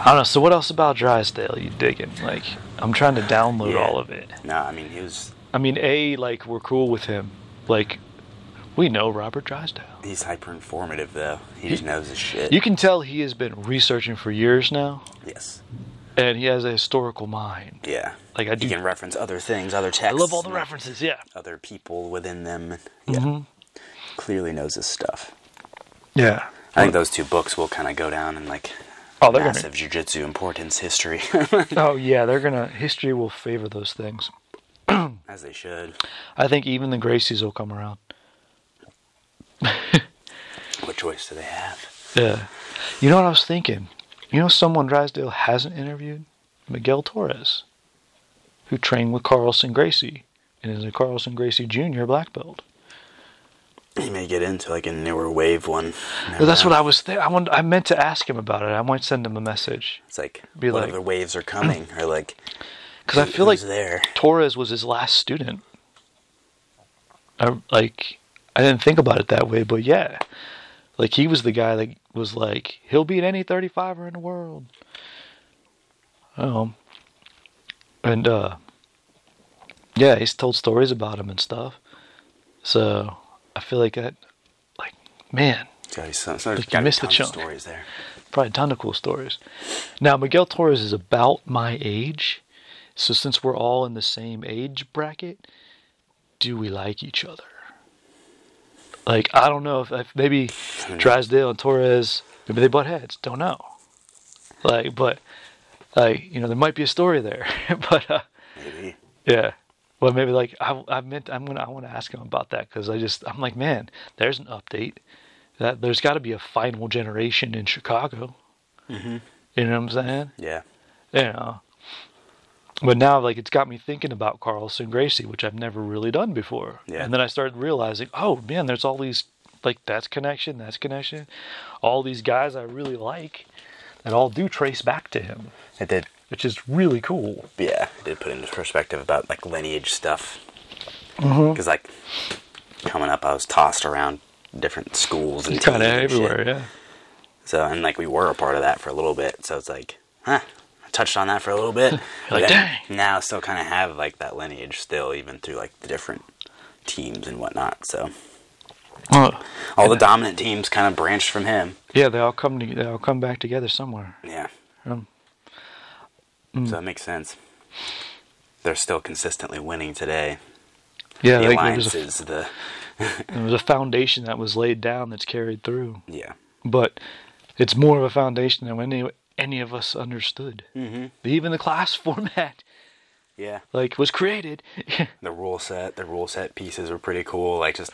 Speaker 1: I don't know. So, what else about Drysdale you digging? Like, I'm trying to download
Speaker 2: Yeah.
Speaker 1: all of it.
Speaker 2: No, I mean he was
Speaker 1: I mean, A, like, we're cool with him. Like, we know Robert Drysdale.
Speaker 2: he's hyper informative though. He just knows his shit.
Speaker 1: You can tell he has been researching for years now,
Speaker 2: yes.
Speaker 1: and he has a historical mind.
Speaker 2: Yeah.
Speaker 1: Like, I
Speaker 2: He
Speaker 1: do.
Speaker 2: can reference other things, other
Speaker 1: I
Speaker 2: texts.
Speaker 1: love all the
Speaker 2: and, like,
Speaker 1: references, yeah.
Speaker 2: Other people within them. Yeah.
Speaker 1: Mm-hmm.
Speaker 2: Clearly knows his stuff.
Speaker 1: Yeah.
Speaker 2: I think those two books will kind of go down in like
Speaker 1: Oh, they're
Speaker 2: massive jujitsu importance history,
Speaker 1: gonna. Oh, yeah, they're gonna. History will favor those things.
Speaker 2: as they should.
Speaker 1: I think even the Gracies will come around.
Speaker 2: What choice do they have?
Speaker 1: Yeah. You know what I was thinking? You know, someone Drysdale hasn't interviewed Miguel Torres, who trained with Carlson Gracie and is a Carlson Gracie Jr. black belt.
Speaker 2: He may get into like a newer wave one.
Speaker 1: Well, that's what I was. Th- I want. I meant to ask him about it. I might send him a message
Speaker 2: It's like
Speaker 1: Be
Speaker 2: what
Speaker 1: like-
Speaker 2: other waves are coming, or like
Speaker 1: because I
Speaker 2: who-
Speaker 1: feel like
Speaker 2: who's there.
Speaker 1: Torres was his last student. I like. I didn't think about it that way, but yeah, like he was the guy that was like, he'll beat any 35er in the world. Um, and uh, yeah, he's told stories about him and stuff. So I feel like that, like man,
Speaker 2: Gotta be some, so there's
Speaker 1: Like, you
Speaker 2: gotta be
Speaker 1: missed the
Speaker 2: tons of
Speaker 1: chunk.
Speaker 2: stories there.
Speaker 1: probably a ton of cool stories. Now, Miguel Torres is about my age. So, since we're all in the same age bracket, do we like each other? Like, I don't know if, if maybe Drysdale and Torres, maybe they butt heads. Don't know. Like, but, like, you know, there might be a story there. but, uh,
Speaker 2: Maybe
Speaker 1: yeah. Well, maybe like I, I meant I'm gonna I want to ask him about that because I just I'm like man, there's an update. That there's got to be a final generation in Chicago. Mm-hmm. You know what I'm saying?
Speaker 2: yeah.
Speaker 1: You know. But now, like, it's got me thinking about Carlson Gracie, which I've never really done before.
Speaker 2: Yeah.
Speaker 1: And then I started realizing, oh man, there's all these like that's connection, that's connection, all these guys I really like that all do trace back to him,
Speaker 2: It did.
Speaker 1: which is really cool.
Speaker 2: Yeah, it did put into perspective about like lineage stuff.
Speaker 1: Mm-hmm.
Speaker 2: Because like coming up, I was tossed around different schools and
Speaker 1: Kind of
Speaker 2: teams and shit.
Speaker 1: everywhere, yeah.
Speaker 2: So and like we were a part of that for a little bit. So it's like, huh, I touched on that for a little bit. but
Speaker 1: like,
Speaker 2: then
Speaker 1: dang.
Speaker 2: Now I still kind of have like that lineage still, even through like the different teams and whatnot. So
Speaker 1: Oh.
Speaker 2: all the dominant teams kind of branched from him.
Speaker 1: Yeah, they all come to, they all come back together somewhere.
Speaker 2: Yeah.
Speaker 1: Um, Mm.
Speaker 2: So that makes sense. They're still consistently winning today.
Speaker 1: yeah,
Speaker 2: The
Speaker 1: like there was, a,
Speaker 2: alliances, the
Speaker 1: there was a foundation that was laid down that's carried through,
Speaker 2: yeah,
Speaker 1: but it's more of a foundation than any any of us understood.
Speaker 2: mm-hmm.
Speaker 1: Even the class format
Speaker 2: yeah.
Speaker 1: like was created.
Speaker 2: The rule set, the rule set pieces were pretty cool. Like just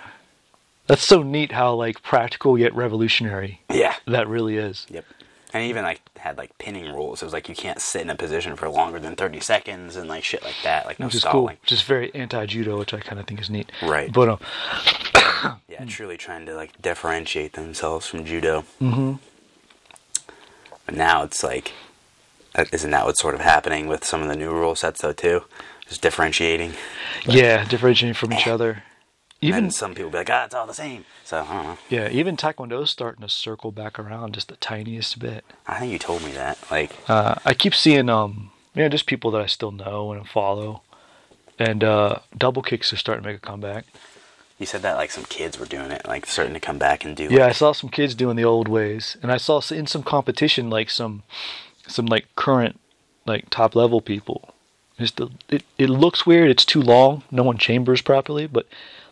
Speaker 1: that's so neat how like practical yet revolutionary
Speaker 2: yeah,
Speaker 1: that really is.
Speaker 2: yep. And even like had like pinning rules. It was like you can't sit in a position for longer than thirty seconds and like shit like that. Like no
Speaker 1: which is cool.
Speaker 2: stalling.
Speaker 1: Which is very anti judo, which I kind of think is neat.
Speaker 2: Right.
Speaker 1: But um, Mm.
Speaker 2: Yeah, truly trying to like differentiate themselves from judo.
Speaker 1: mhm.
Speaker 2: But now it's like, uh, isn't that what's sort of happening with some of the new rule sets though too? Just differentiating.
Speaker 1: yeah, differentiating from
Speaker 2: eh.
Speaker 1: each other.
Speaker 2: Even
Speaker 1: Even
Speaker 2: some people be like, ah, it's all the same. So I don't know.
Speaker 1: yeah, even taekwondo's starting to circle back around just the tiniest bit.
Speaker 2: I think you told me that. Like,
Speaker 1: uh, I keep seeing um you know just people that I still know and follow, and uh, double kicks are starting to make a comeback.
Speaker 2: you said that like some kids were doing it, like starting to come back and do.
Speaker 1: Yeah, I
Speaker 2: like,
Speaker 1: saw some kids doing the old ways, and I saw s- in some competition like some some like current like top level people. Just the, it it looks weird. It's too long. No one chambers properly, but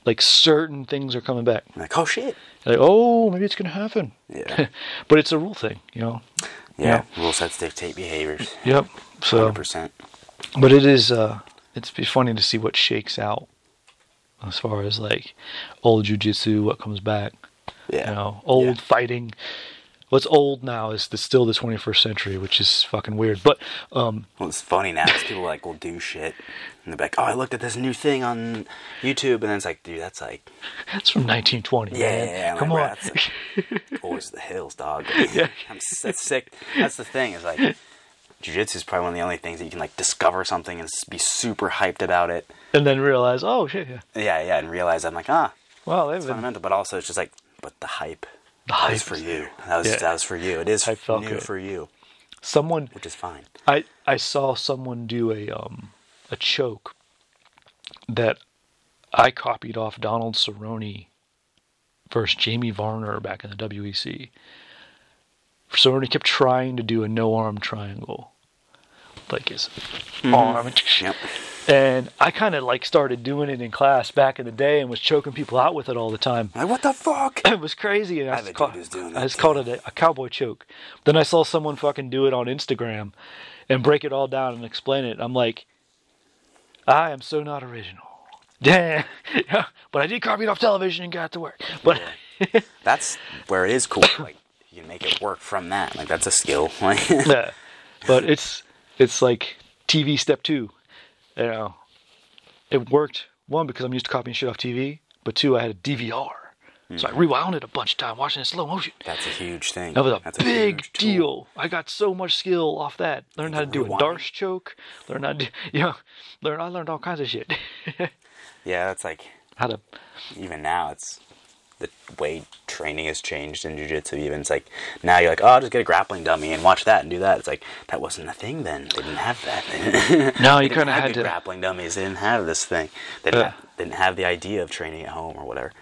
Speaker 1: like certain things are coming back.
Speaker 2: like oh shit.
Speaker 1: Like oh maybe it's gonna happen.
Speaker 2: Yeah.
Speaker 1: but it's a rule thing, you know.
Speaker 2: Yeah. Rule sets dictate behaviors.
Speaker 1: Yep. So.
Speaker 2: Hundred percent.
Speaker 1: but it is uh it's be funny to see what shakes out as far as like old jujitsu what comes back
Speaker 2: Yeah.
Speaker 1: you know old
Speaker 2: Yeah.
Speaker 1: fighting what's old now is the, still the 21st century which is fucking weird but um
Speaker 2: Well, it's funny now because people like will do shit, and they're like, "Oh, I looked at this new thing on YouTube," and then it's like, "Dude, that's like,
Speaker 1: that's from 1920
Speaker 2: yeah,
Speaker 1: man.
Speaker 2: yeah, yeah.
Speaker 1: come
Speaker 2: like,
Speaker 1: on
Speaker 2: bruh, that's like, always the hills, dog." yeah. I'm s- that's sick. That's the thing is like, jujitsu is probably one of the only things that you can like discover something and s- be super hyped about it.
Speaker 1: and then realize oh shit yeah
Speaker 2: Yeah, yeah, and realize I'm like, ah,
Speaker 1: well they've been
Speaker 2: fundamental, but also it's just like, but the hype.
Speaker 1: The
Speaker 2: that was
Speaker 1: hype
Speaker 2: for
Speaker 1: is
Speaker 2: you. That was
Speaker 1: Yeah.
Speaker 2: that was for you. It is
Speaker 1: Hype felt
Speaker 2: new
Speaker 1: good.
Speaker 2: for you,
Speaker 1: someone
Speaker 2: which is fine.
Speaker 1: I I saw someone do a um a choke that I copied off Donald Cerrone versus Jamie Varner back in the WEC. Cerrone kept trying to do a no arm triangle, like his arm,
Speaker 2: Yep.
Speaker 1: and I kind of like started doing it in class back in the day and was choking people out with it all the time.
Speaker 2: Like, what the fuck?
Speaker 1: It was crazy, and I,
Speaker 2: have a
Speaker 1: just, call,
Speaker 2: dude who's doing
Speaker 1: I
Speaker 2: that
Speaker 1: just
Speaker 2: too.
Speaker 1: called it a, a cowboy choke. Then I saw someone fucking do it on Instagram and break it all down and explain it. I'm like, I am so not original. Damn. yeah, but I did copy it off television and got it to work. But
Speaker 2: that's where it is cool. Like you can make it work from that. Like that's a skill. Like
Speaker 1: yeah, but it's it's like TV step two. You know, it worked one because I'm used to copying shit off TV, but two I had a DVR, so
Speaker 2: Mm-hmm.
Speaker 1: I rewound it a bunch of time watching it in slow motion.
Speaker 2: that's a huge thing.
Speaker 1: That was a
Speaker 2: that's
Speaker 1: big
Speaker 2: huge tool.
Speaker 1: deal. I got so much skill off that. Learned how to do a
Speaker 2: Rewind.
Speaker 1: darce choke. Learned how to, do, yeah. Learn I learned all kinds of shit.
Speaker 2: Yeah, that's like
Speaker 1: how to,
Speaker 2: even now it's the way training has changed in jiu-jitsu even it's like now you're like oh I'll just get a grappling dummy and watch that and do that it's like that wasn't a thing then they didn't have that
Speaker 1: no, you
Speaker 2: They
Speaker 1: kind of
Speaker 2: didn't have
Speaker 1: had
Speaker 2: the
Speaker 1: to,
Speaker 2: grappling dummies. They didn't have this thing. They didn't,
Speaker 1: Yeah.
Speaker 2: have, didn't have the idea of training at home or whatever.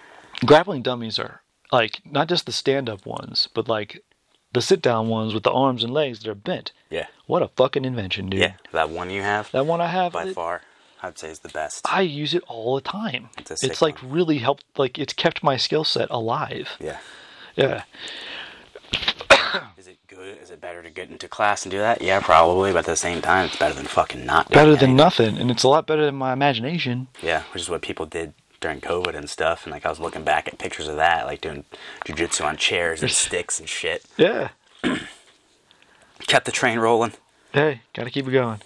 Speaker 1: grappling dummies are like not just the stand up ones, but like the sit down ones with the arms and legs that are bent.
Speaker 2: Yeah.
Speaker 1: What a fucking invention, dude.
Speaker 2: Yeah, that one you have
Speaker 1: That one I have.
Speaker 2: by
Speaker 1: it-
Speaker 2: far, I'd say is the best.
Speaker 1: I use it all the time.
Speaker 2: It's a
Speaker 1: It's,
Speaker 2: sick
Speaker 1: like
Speaker 2: one.
Speaker 1: really helped. Like it's kept my skill set alive.
Speaker 2: yeah.
Speaker 1: Yeah.
Speaker 2: Is it good? Is it better to get into class and do that? Yeah, probably. But at the same time, it's better than fucking not. Doing
Speaker 1: Better than
Speaker 2: anything.
Speaker 1: nothing, and it's a lot better than my imagination.
Speaker 2: Yeah, which is what people did during COVID and stuff. And like I was looking back at pictures of that, like doing jujitsu on chairs and sticks and shit.
Speaker 1: Yeah.
Speaker 2: Kept the train rolling.
Speaker 1: hey, gotta keep it going.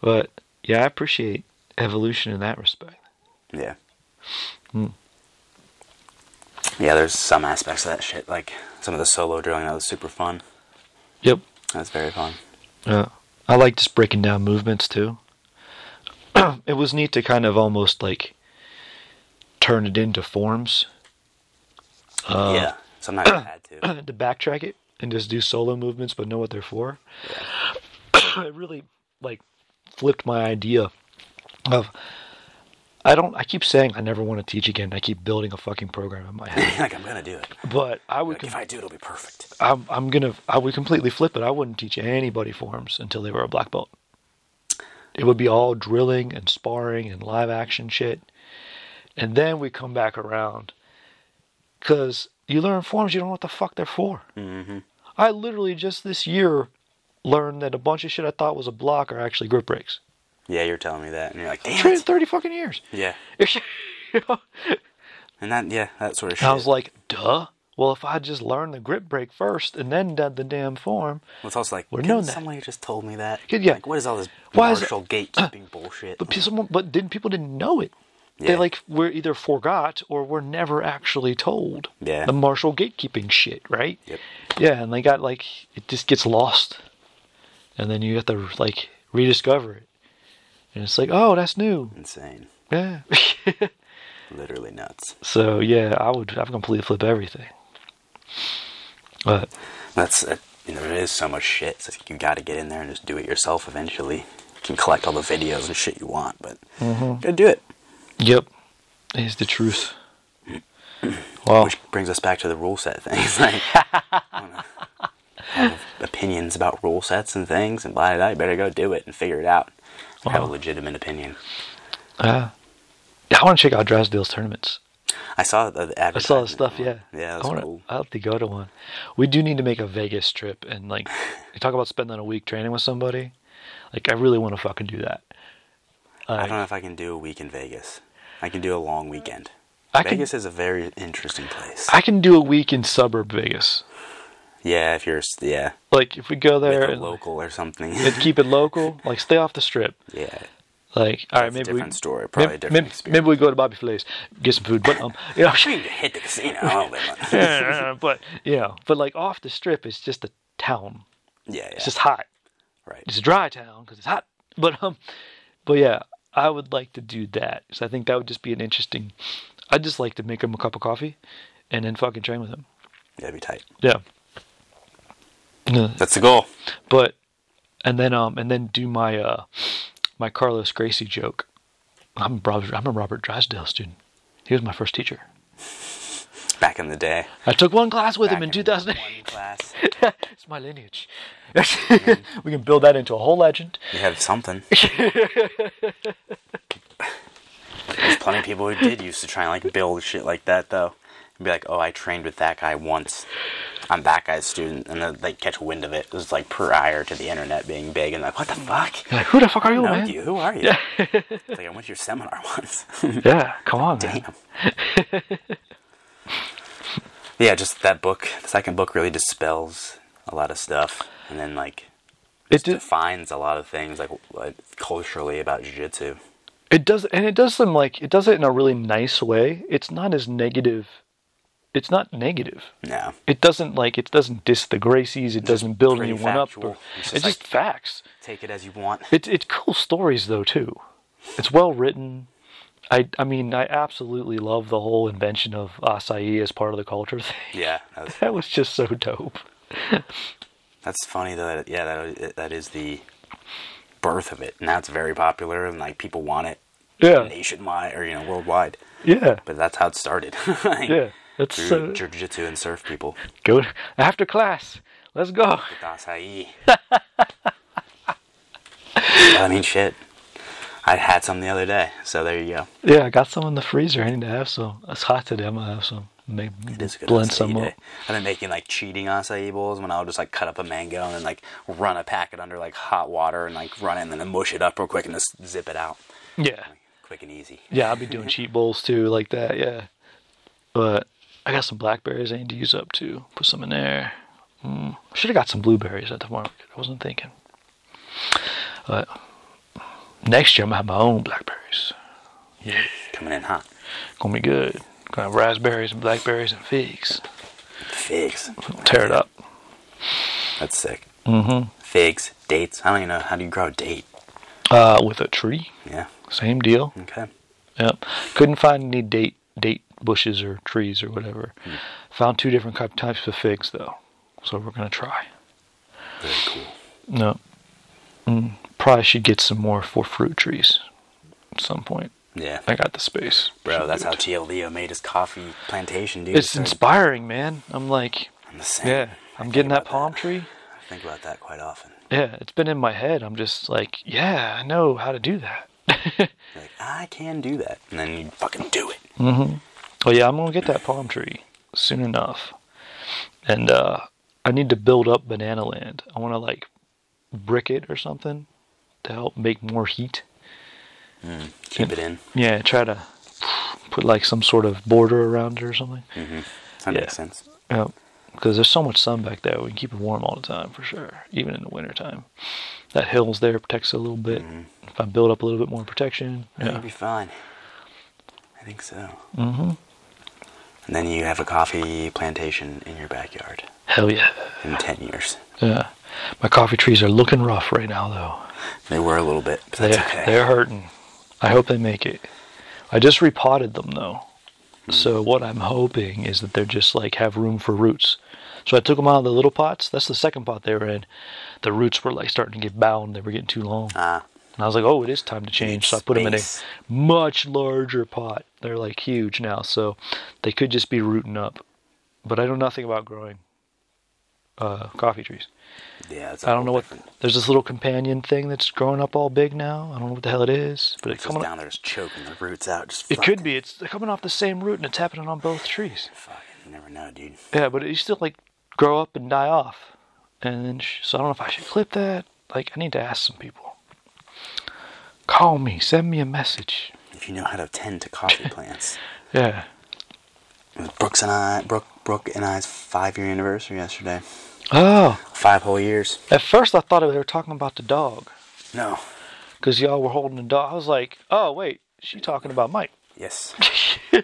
Speaker 1: But yeah, I appreciate evolution in that respect.
Speaker 2: Yeah. Yeah, there's some aspects of that shit, like some of the solo drilling that was super fun.
Speaker 1: Yep.
Speaker 2: That's very fun.
Speaker 1: Uh, I like just breaking down movements too. it was neat to kind of almost like turn it into forms,
Speaker 2: yeah, sometimes I had
Speaker 1: to
Speaker 2: to.
Speaker 1: backtrack it and just do solo movements but know what they're for. it really like flipped my idea of I don't I keep saying I never want to teach again. I keep building a fucking program in my head.
Speaker 2: like I'm gonna do it.
Speaker 1: But I would
Speaker 2: Like, if I do, it'll be perfect.
Speaker 1: I'm, I'm gonna I would completely flip it. I wouldn't teach anybody forms until they were a black belt. It would be all drilling and sparring and live action shit, and then we come back around because you learn forms you don't know what the fuck they're for. Mm-hmm. I literally just this year learned that a bunch of shit I thought was a block are actually grip breaks.
Speaker 2: Yeah, you're telling me that, and you're like, damn
Speaker 1: Trained
Speaker 2: it.
Speaker 1: thirty fucking years.
Speaker 2: Yeah,
Speaker 1: and
Speaker 2: and that yeah, that sort of shit.
Speaker 1: I was like, duh. Well, if I just learned the grip break first and then done the damn form,
Speaker 2: Well, it's also like,
Speaker 1: We're
Speaker 2: "Couldn't
Speaker 1: known that."
Speaker 2: somebody just told me that.
Speaker 1: Kid, yeah.
Speaker 2: Like, what is all this
Speaker 1: Why is it-
Speaker 2: martial gatekeeping bullshit?
Speaker 1: but pe- someone, but didn't people didn't know it? They
Speaker 2: Yeah.
Speaker 1: like were either forgot or were never actually told.
Speaker 2: Yeah.
Speaker 1: The martial gatekeeping shit, right?
Speaker 2: Yep.
Speaker 1: Yeah, and they got like it just gets lost, and then you have to like rediscover it, and it's like, oh, that's new.
Speaker 2: Insane.
Speaker 1: Yeah.
Speaker 2: Literally nuts.
Speaker 1: so yeah, I would I would completely flip everything. But
Speaker 2: That's uh, you know, there is so much shit. It's like you got to get in there and just do it yourself. Eventually, you can collect all the videos and shit you want, but
Speaker 1: Mm-hmm.
Speaker 2: you gotta do it.
Speaker 1: yep, is the truth. Well,
Speaker 2: Which brings us back to the rule set things. Like, I don't know, have opinions about rule sets and things, and blah blah. blah. You better go do it and figure it out. Have a
Speaker 1: Wow.
Speaker 2: legitimate opinion.
Speaker 1: uh, I want to check out Drysdale's tournaments.
Speaker 2: I saw the, the
Speaker 1: I saw the
Speaker 2: advertisement.
Speaker 1: stuff. Yeah,
Speaker 2: yeah,
Speaker 1: I
Speaker 2: that's
Speaker 1: wanna,
Speaker 2: cool.
Speaker 1: I have to go to one. We do need to make a Vegas trip and like talk about spending a week training with somebody. Like I really want to fucking do that.
Speaker 2: I
Speaker 1: Like,
Speaker 2: don't know if I can do a week in Vegas. I can do a long weekend.
Speaker 1: I can-
Speaker 2: Vegas is a very interesting place.
Speaker 1: I can do a week in suburb Vegas.
Speaker 2: yeah, if you're s- yeah,
Speaker 1: Like if we go there
Speaker 2: like a
Speaker 1: and,
Speaker 2: local or something.
Speaker 1: and keep it local, like stay off the strip.
Speaker 2: yeah.
Speaker 1: Like all right,
Speaker 2: That's a
Speaker 1: maybe we,
Speaker 2: different story, probably a
Speaker 1: maybe,
Speaker 2: different
Speaker 1: maybe,
Speaker 2: experience.
Speaker 1: maybe we go to Bobby Flay's, get some food, but um, you know,
Speaker 2: Sure, you can hit the casino. all day long. yeah,
Speaker 1: yeah, but yeah, but like off the strip, it's just a town.
Speaker 2: yeah.
Speaker 1: It's just hot.
Speaker 2: right.
Speaker 1: it's a dry town because it's hot. But um, but yeah, I would like to do that because I think that would just be an interesting. I'd just like to make him a cup of coffee, and then fucking train with him.
Speaker 2: That'd be tight.
Speaker 1: Yeah. No,
Speaker 2: That's the goal.
Speaker 1: But and then um and then do my uh my Carlos Gracie joke. I'm Robert, I'm a Robert Drysdale student. He was my first teacher.
Speaker 2: Back in the day.
Speaker 1: I took one class with him in
Speaker 2: Back
Speaker 1: 2008.
Speaker 2: one class.
Speaker 1: it's my lineage. we can build that into a whole legend.
Speaker 2: You have something. There's plenty of people who did used to try and like build shit like that though, and be like, "Oh, I trained with that guy once. I'm that guy's student," and then they catch wind of it. It was like prior to the internet being big, and like, "What the fuck?
Speaker 1: Like, who the fuck are you,
Speaker 2: Who know
Speaker 1: man?
Speaker 2: you? Who are you?" It's like I went to your seminar once.
Speaker 1: Yeah, come on, man.
Speaker 2: Damn. yeah, just that book. The second book really dispels a lot of stuff, and then like
Speaker 1: It did,
Speaker 2: defines a lot of things like, like culturally about jiu-jitsu.
Speaker 1: it does, and it does them like it does it in a really nice way. It's not as negative. It's not negative.
Speaker 2: No,
Speaker 1: It doesn't like it doesn't diss the Gracies. It doesn't build
Speaker 2: pretty
Speaker 1: anyone up.
Speaker 2: factual.
Speaker 1: or- it's
Speaker 2: It's just
Speaker 1: just,
Speaker 2: like-
Speaker 1: facts.
Speaker 2: take it as you want.
Speaker 1: It's it's cool stories though too. It's well written. I I mean I absolutely love the whole invention of acai as part of the culture thing.
Speaker 2: Yeah, that's,
Speaker 1: That was just so dope.
Speaker 2: that's funny though. That, yeah, that that is the birth of it, and that's very popular, and like people want it
Speaker 1: Yeah,
Speaker 2: nationwide or you know worldwide.
Speaker 1: yeah,
Speaker 2: But that's how it started. Like,
Speaker 1: yeah. That's
Speaker 2: Through
Speaker 1: so
Speaker 2: jiu-jitsu and surf people.
Speaker 1: good. After class, let's go.
Speaker 2: Acai. But, I mean, shit. I had some the other day, so there you go.
Speaker 1: Yeah, I got some in the freezer. I need to have some. It's hot today. I'm gonna have some. Maybe
Speaker 2: It is a good
Speaker 1: blend
Speaker 2: acai
Speaker 1: some
Speaker 2: day.
Speaker 1: up.
Speaker 2: I've been making like cheating acai bowls when I'll just like cut up a mango and then like run a packet under like hot water and like run it and then mush it up real quick and just zip it out.
Speaker 1: Yeah,
Speaker 2: Quick and easy.
Speaker 1: yeah. I'll be doing cheat bowls too, like that. Yeah, but I got some blackberries I need to use up too. Put some in there. Mm. Should have got some blueberries at the market. I wasn't thinking. But next year I'm gonna have my own blackberries. Yeah,
Speaker 2: Coming in hot.
Speaker 1: gonna be good. Gonna have raspberries and blackberries and figs.
Speaker 2: Figs.
Speaker 1: Tear it up.
Speaker 2: That's sick. Mm-hmm. Figs, dates. I don't even know. How do you grow a date?
Speaker 1: Uh, with a tree.
Speaker 2: Yeah.
Speaker 1: Same deal.
Speaker 2: Okay.
Speaker 1: Yep. Couldn't find any date date bushes or trees or whatever.
Speaker 2: Hmm.
Speaker 1: Found two different type- types of figs though, so we're gonna try.
Speaker 2: Very cool.
Speaker 1: No. Mm, probably should get some more for fruit trees at some point.
Speaker 2: Yeah.
Speaker 1: I got the space.
Speaker 2: Bro,
Speaker 1: Should
Speaker 2: that's
Speaker 1: do
Speaker 2: how
Speaker 1: it.
Speaker 2: Tio Leo made his coffee plantation, dude.
Speaker 1: It's
Speaker 2: So
Speaker 1: inspiring, man. I'm like,
Speaker 2: I'm the same.
Speaker 1: yeah, I'm getting that palm tree.
Speaker 2: I think about that quite often.
Speaker 1: Yeah, it's been in my head. I'm just like, yeah, I know how to do that.
Speaker 2: Like, I can do that. And then you fucking do it.
Speaker 1: Oh yeah, I'm gonna get that palm tree soon enough, and uh, I need to build up Banana Land. I want to like brick it or something to help make more heat.
Speaker 2: Keep it in.
Speaker 1: Yeah, try to put like some sort of border around it or something.
Speaker 2: Mm-hmm. That
Speaker 1: Yeah.
Speaker 2: makes sense.
Speaker 1: Yeah, because there's so much sun back there. We can keep it warm all the time for sure, even in the wintertime. That hill's there protects it a little bit. If I build up a little bit more protection,
Speaker 2: I think
Speaker 1: yeah.
Speaker 2: You'll be fine. I think so.
Speaker 1: hmm
Speaker 2: And then you have a coffee plantation in your backyard
Speaker 1: Hell yeah,
Speaker 2: in 10 years.
Speaker 1: yeah. My coffee trees are looking rough right now though.
Speaker 2: They were a little bit, but
Speaker 1: They're,
Speaker 2: that's okay.
Speaker 1: they're hurting. I hope they make it. I just repotted them though.
Speaker 2: Hmm.
Speaker 1: So what I'm hoping is that they're just like have room for roots. So I took them out of the little pots. That's the second pot they were in. The roots were like starting to get bound. They were getting too long.
Speaker 2: Ah,
Speaker 1: And I was like, oh, it is time to change. So I put them in a
Speaker 2: space.
Speaker 1: much larger pot. They're like huge now. So they could just be rooting up. But I know nothing about growing uh, coffee trees.
Speaker 2: yeah. It's
Speaker 1: I
Speaker 2: a
Speaker 1: don't
Speaker 2: whole
Speaker 1: know what.
Speaker 2: different-
Speaker 1: There's this little companion thing that's growing up all big now. I don't know what the hell it is, but
Speaker 2: It's
Speaker 1: it's
Speaker 2: just
Speaker 1: coming.
Speaker 2: down there, just choking the roots out. Just
Speaker 1: It
Speaker 2: fuck.
Speaker 1: could be. It's they're coming off the same root and it's happening on both trees.
Speaker 2: Fuck, you never know, dude.
Speaker 1: Yeah, but it used to like grow up and die off, and then sh- so I don't know if I should clip that. Like I need to ask some people. Call me. Send me a message.
Speaker 2: If you know how to tend to coffee plants.
Speaker 1: Yeah.
Speaker 2: It was Brooks and I, Brooke, Brooke and I's five-year anniversary yesterday.
Speaker 1: Oh.
Speaker 2: Five whole years.
Speaker 1: At first I thought they were talking about the dog,
Speaker 2: No.
Speaker 1: cause y'all were holding the dog. I was like, oh wait, she talking about Mike.
Speaker 2: Yes. You're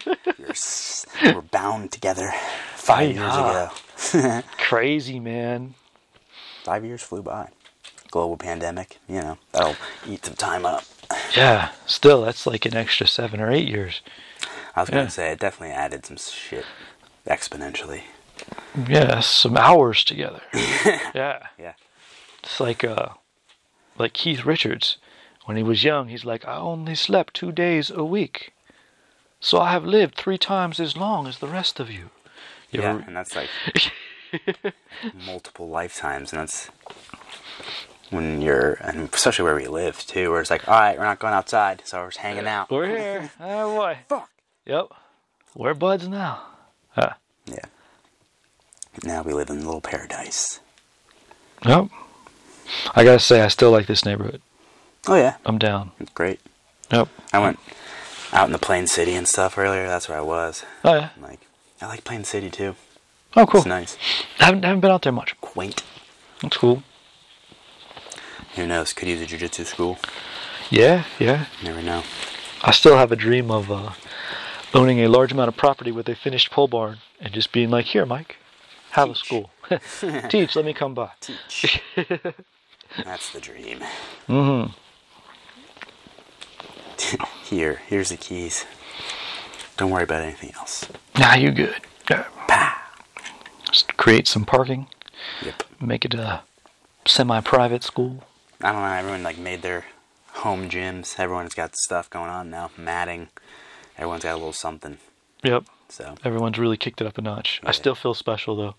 Speaker 2: s- we're bound together. Five years
Speaker 1: Hi-ha.
Speaker 2: ago.
Speaker 1: Crazy man.
Speaker 2: Five years flew by. Global pandemic, you know, that'll eat some time up.
Speaker 1: Yeah. Still, that's like an extra seven or eight years.
Speaker 2: I was going
Speaker 1: Yeah.
Speaker 2: to say, it definitely added some shit exponentially.
Speaker 1: Yeah, some hours together. yeah.
Speaker 2: Yeah.
Speaker 1: It's like uh like Keith Richards. When he was young, he's like, I only slept two days a week. So I have lived three times as long as the rest of you. You
Speaker 2: Yeah,
Speaker 1: ever-
Speaker 2: and that's like multiple lifetimes, and that's when you're, and especially where we live too, where it's like, all right, we're not going outside, so we're just hanging out.
Speaker 1: We're here. oh boy.
Speaker 2: Fuck.
Speaker 1: Yep. We're buds now. Huh.
Speaker 2: Yeah. Now we live in a little paradise.
Speaker 1: Yep. I gotta say I still like this neighborhood.
Speaker 2: Oh yeah,
Speaker 1: I'm down.
Speaker 2: it's great.
Speaker 1: Yep.
Speaker 2: I went out in the Plain City and stuff earlier. That's where I was.
Speaker 1: Oh yeah.
Speaker 2: I'm like, I like Plain City too.
Speaker 1: Oh cool.
Speaker 2: It's nice,
Speaker 1: haven't haven't been out there much.
Speaker 2: quaint.
Speaker 1: That's cool.
Speaker 2: Who knows? Could use a jujitsu school.
Speaker 1: Yeah, yeah.
Speaker 2: Never know.
Speaker 1: I still have a dream of uh, owning a large amount of property with a finished pole barn and just being like, here, Mike, have a school. Teach, let me come by.
Speaker 2: Teach. That's the dream. Mm-hmm. Here, here's the keys. Don't worry about anything else.
Speaker 1: Nah, you good. Yeah. Just create some parking,
Speaker 2: Yep.
Speaker 1: make it a semi private school.
Speaker 2: I don't know. Everyone like made their home gyms. Everyone's got stuff going on now. Matting. Everyone's got a little something.
Speaker 1: Yep.
Speaker 2: So
Speaker 1: Everyone's really kicked it up a notch. I
Speaker 2: Yeah.
Speaker 1: still feel special, though.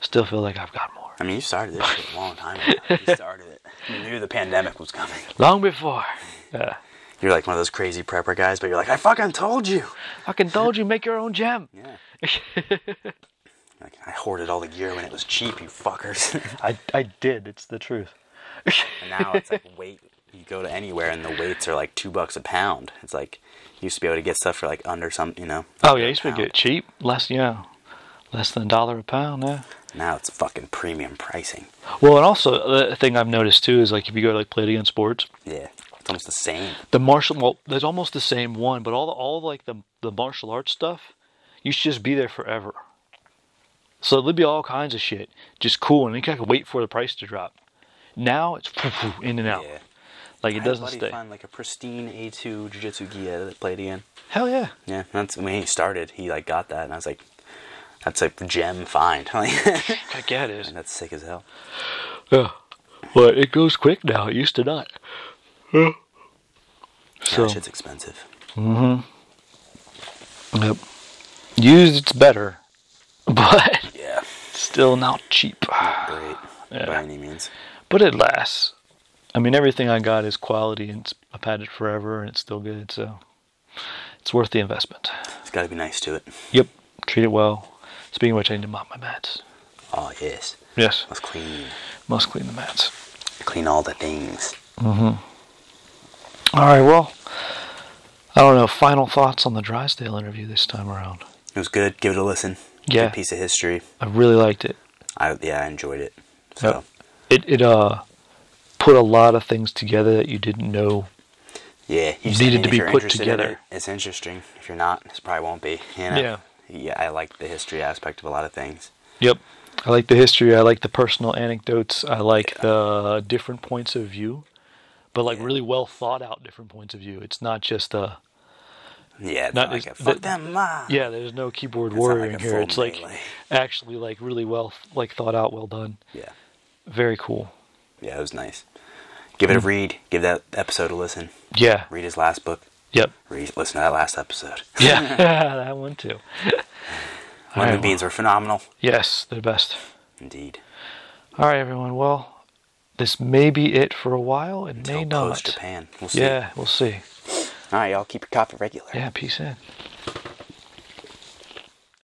Speaker 1: Still feel like I've got more.
Speaker 2: I mean, you started this shit a long time ago. You started it. You knew the pandemic was coming.
Speaker 1: Long before. Yeah.
Speaker 2: You're like one of those crazy prepper guys, but you're like, I fucking told you.
Speaker 1: Fucking told you, make your own gem.
Speaker 2: Yeah. like I hoarded all the gear when it was cheap, you fuckers.
Speaker 1: I, I did. It's the truth.
Speaker 2: And now it's like weight. You go to anywhere and the weights are like two bucks a pound. It's like you used to be able to get stuff for like under some, you know.
Speaker 1: Oh, yeah, you should
Speaker 2: pound.
Speaker 1: get it cheap. Less, yeah. Less than a dollar a pound, yeah.
Speaker 2: Now it's fucking premium pricing.
Speaker 1: Well, and also the thing I've noticed too is like if you go to like Play Again Sports,
Speaker 2: Yeah, it's almost the same.
Speaker 1: the martial well, there's almost the same one, but all the, all like the the martial arts stuff, you should just be there forever. So there'd be all kinds of shit, just cool, and you can wait for the price to drop. Now it's in and out,
Speaker 2: Yeah.
Speaker 1: like Oh. it
Speaker 2: I had a
Speaker 1: doesn't
Speaker 2: buddy
Speaker 1: stay.
Speaker 2: Find like a pristine A2 Jiu-Jitsu gi that played again.
Speaker 1: Hell yeah,
Speaker 2: Yeah, that's when he started. He like got that, and I was like, that's like the gem find. Like,
Speaker 1: I get it.
Speaker 2: that's sick as hell.
Speaker 1: Yeah, but it goes quick now. It used to not. Yeah.
Speaker 2: Yeah,
Speaker 1: So
Speaker 2: that shit's expensive.
Speaker 1: yep. used it's better, but
Speaker 2: Yeah,
Speaker 1: still not cheap.
Speaker 2: great by
Speaker 1: Yeah.
Speaker 2: any means.
Speaker 1: but it lasts. I mean, everything I got is quality, and it's, I've had it forever, and it's still good. So it's worth the investment.
Speaker 2: It's got to be nice to it.
Speaker 1: Yep, treat it well. Speaking of which, I need to mop my mats.
Speaker 2: Oh yes,
Speaker 1: Yes,
Speaker 2: let's clean,
Speaker 1: must clean the mats.
Speaker 2: clean all the things.
Speaker 1: All right, well, I don't know. Final thoughts on the Drysdale interview this time around?
Speaker 2: It was good. Give it a listen.
Speaker 1: Yeah,
Speaker 2: Good piece of history.
Speaker 1: I really liked it.
Speaker 2: I yeah, I enjoyed it. So
Speaker 1: Yep. It it uh put a lot of things together that you didn't know.
Speaker 2: yeah, you just-
Speaker 1: Needed to
Speaker 2: if
Speaker 1: be
Speaker 2: you're
Speaker 1: put
Speaker 2: interested in
Speaker 1: together.
Speaker 2: it, it's interesting. If you're not, it probably won't be. You know?
Speaker 1: Yeah.
Speaker 2: Yeah, I like the history aspect of a lot of things.
Speaker 1: Yep. I like the history. I like the personal anecdotes. I like the different points of view, but like really well thought out different points of view. It's not just uh
Speaker 2: Yeah, it's
Speaker 1: Not
Speaker 2: not like a,
Speaker 1: as-
Speaker 2: fuck
Speaker 1: the-
Speaker 2: them, ah. ma.
Speaker 1: yeah. There's no keyboard
Speaker 2: It's not like
Speaker 1: warrior in
Speaker 2: a
Speaker 1: here.
Speaker 2: full
Speaker 1: It's like
Speaker 2: melee.
Speaker 1: actually like really well like thought out, well done.
Speaker 2: yeah,
Speaker 1: Very cool.
Speaker 2: yeah, it was nice. Give it
Speaker 1: Mm.
Speaker 2: a read. Give that episode a listen.
Speaker 1: Yeah.
Speaker 2: Read his last book.
Speaker 1: Yep.
Speaker 2: Read, listen to that last episode.
Speaker 1: Yeah. that one too. All
Speaker 2: Lemon
Speaker 1: right,
Speaker 2: beans are phenomenal,
Speaker 1: Yes, they're best.
Speaker 2: indeed.
Speaker 1: All right, everyone. Well, this may be it for a while. It may
Speaker 2: Till
Speaker 1: not.
Speaker 2: post Japan, we'll see.
Speaker 1: Yeah, we'll see.
Speaker 2: All right, y'all keep your coffee regular.
Speaker 1: Yeah, peace in.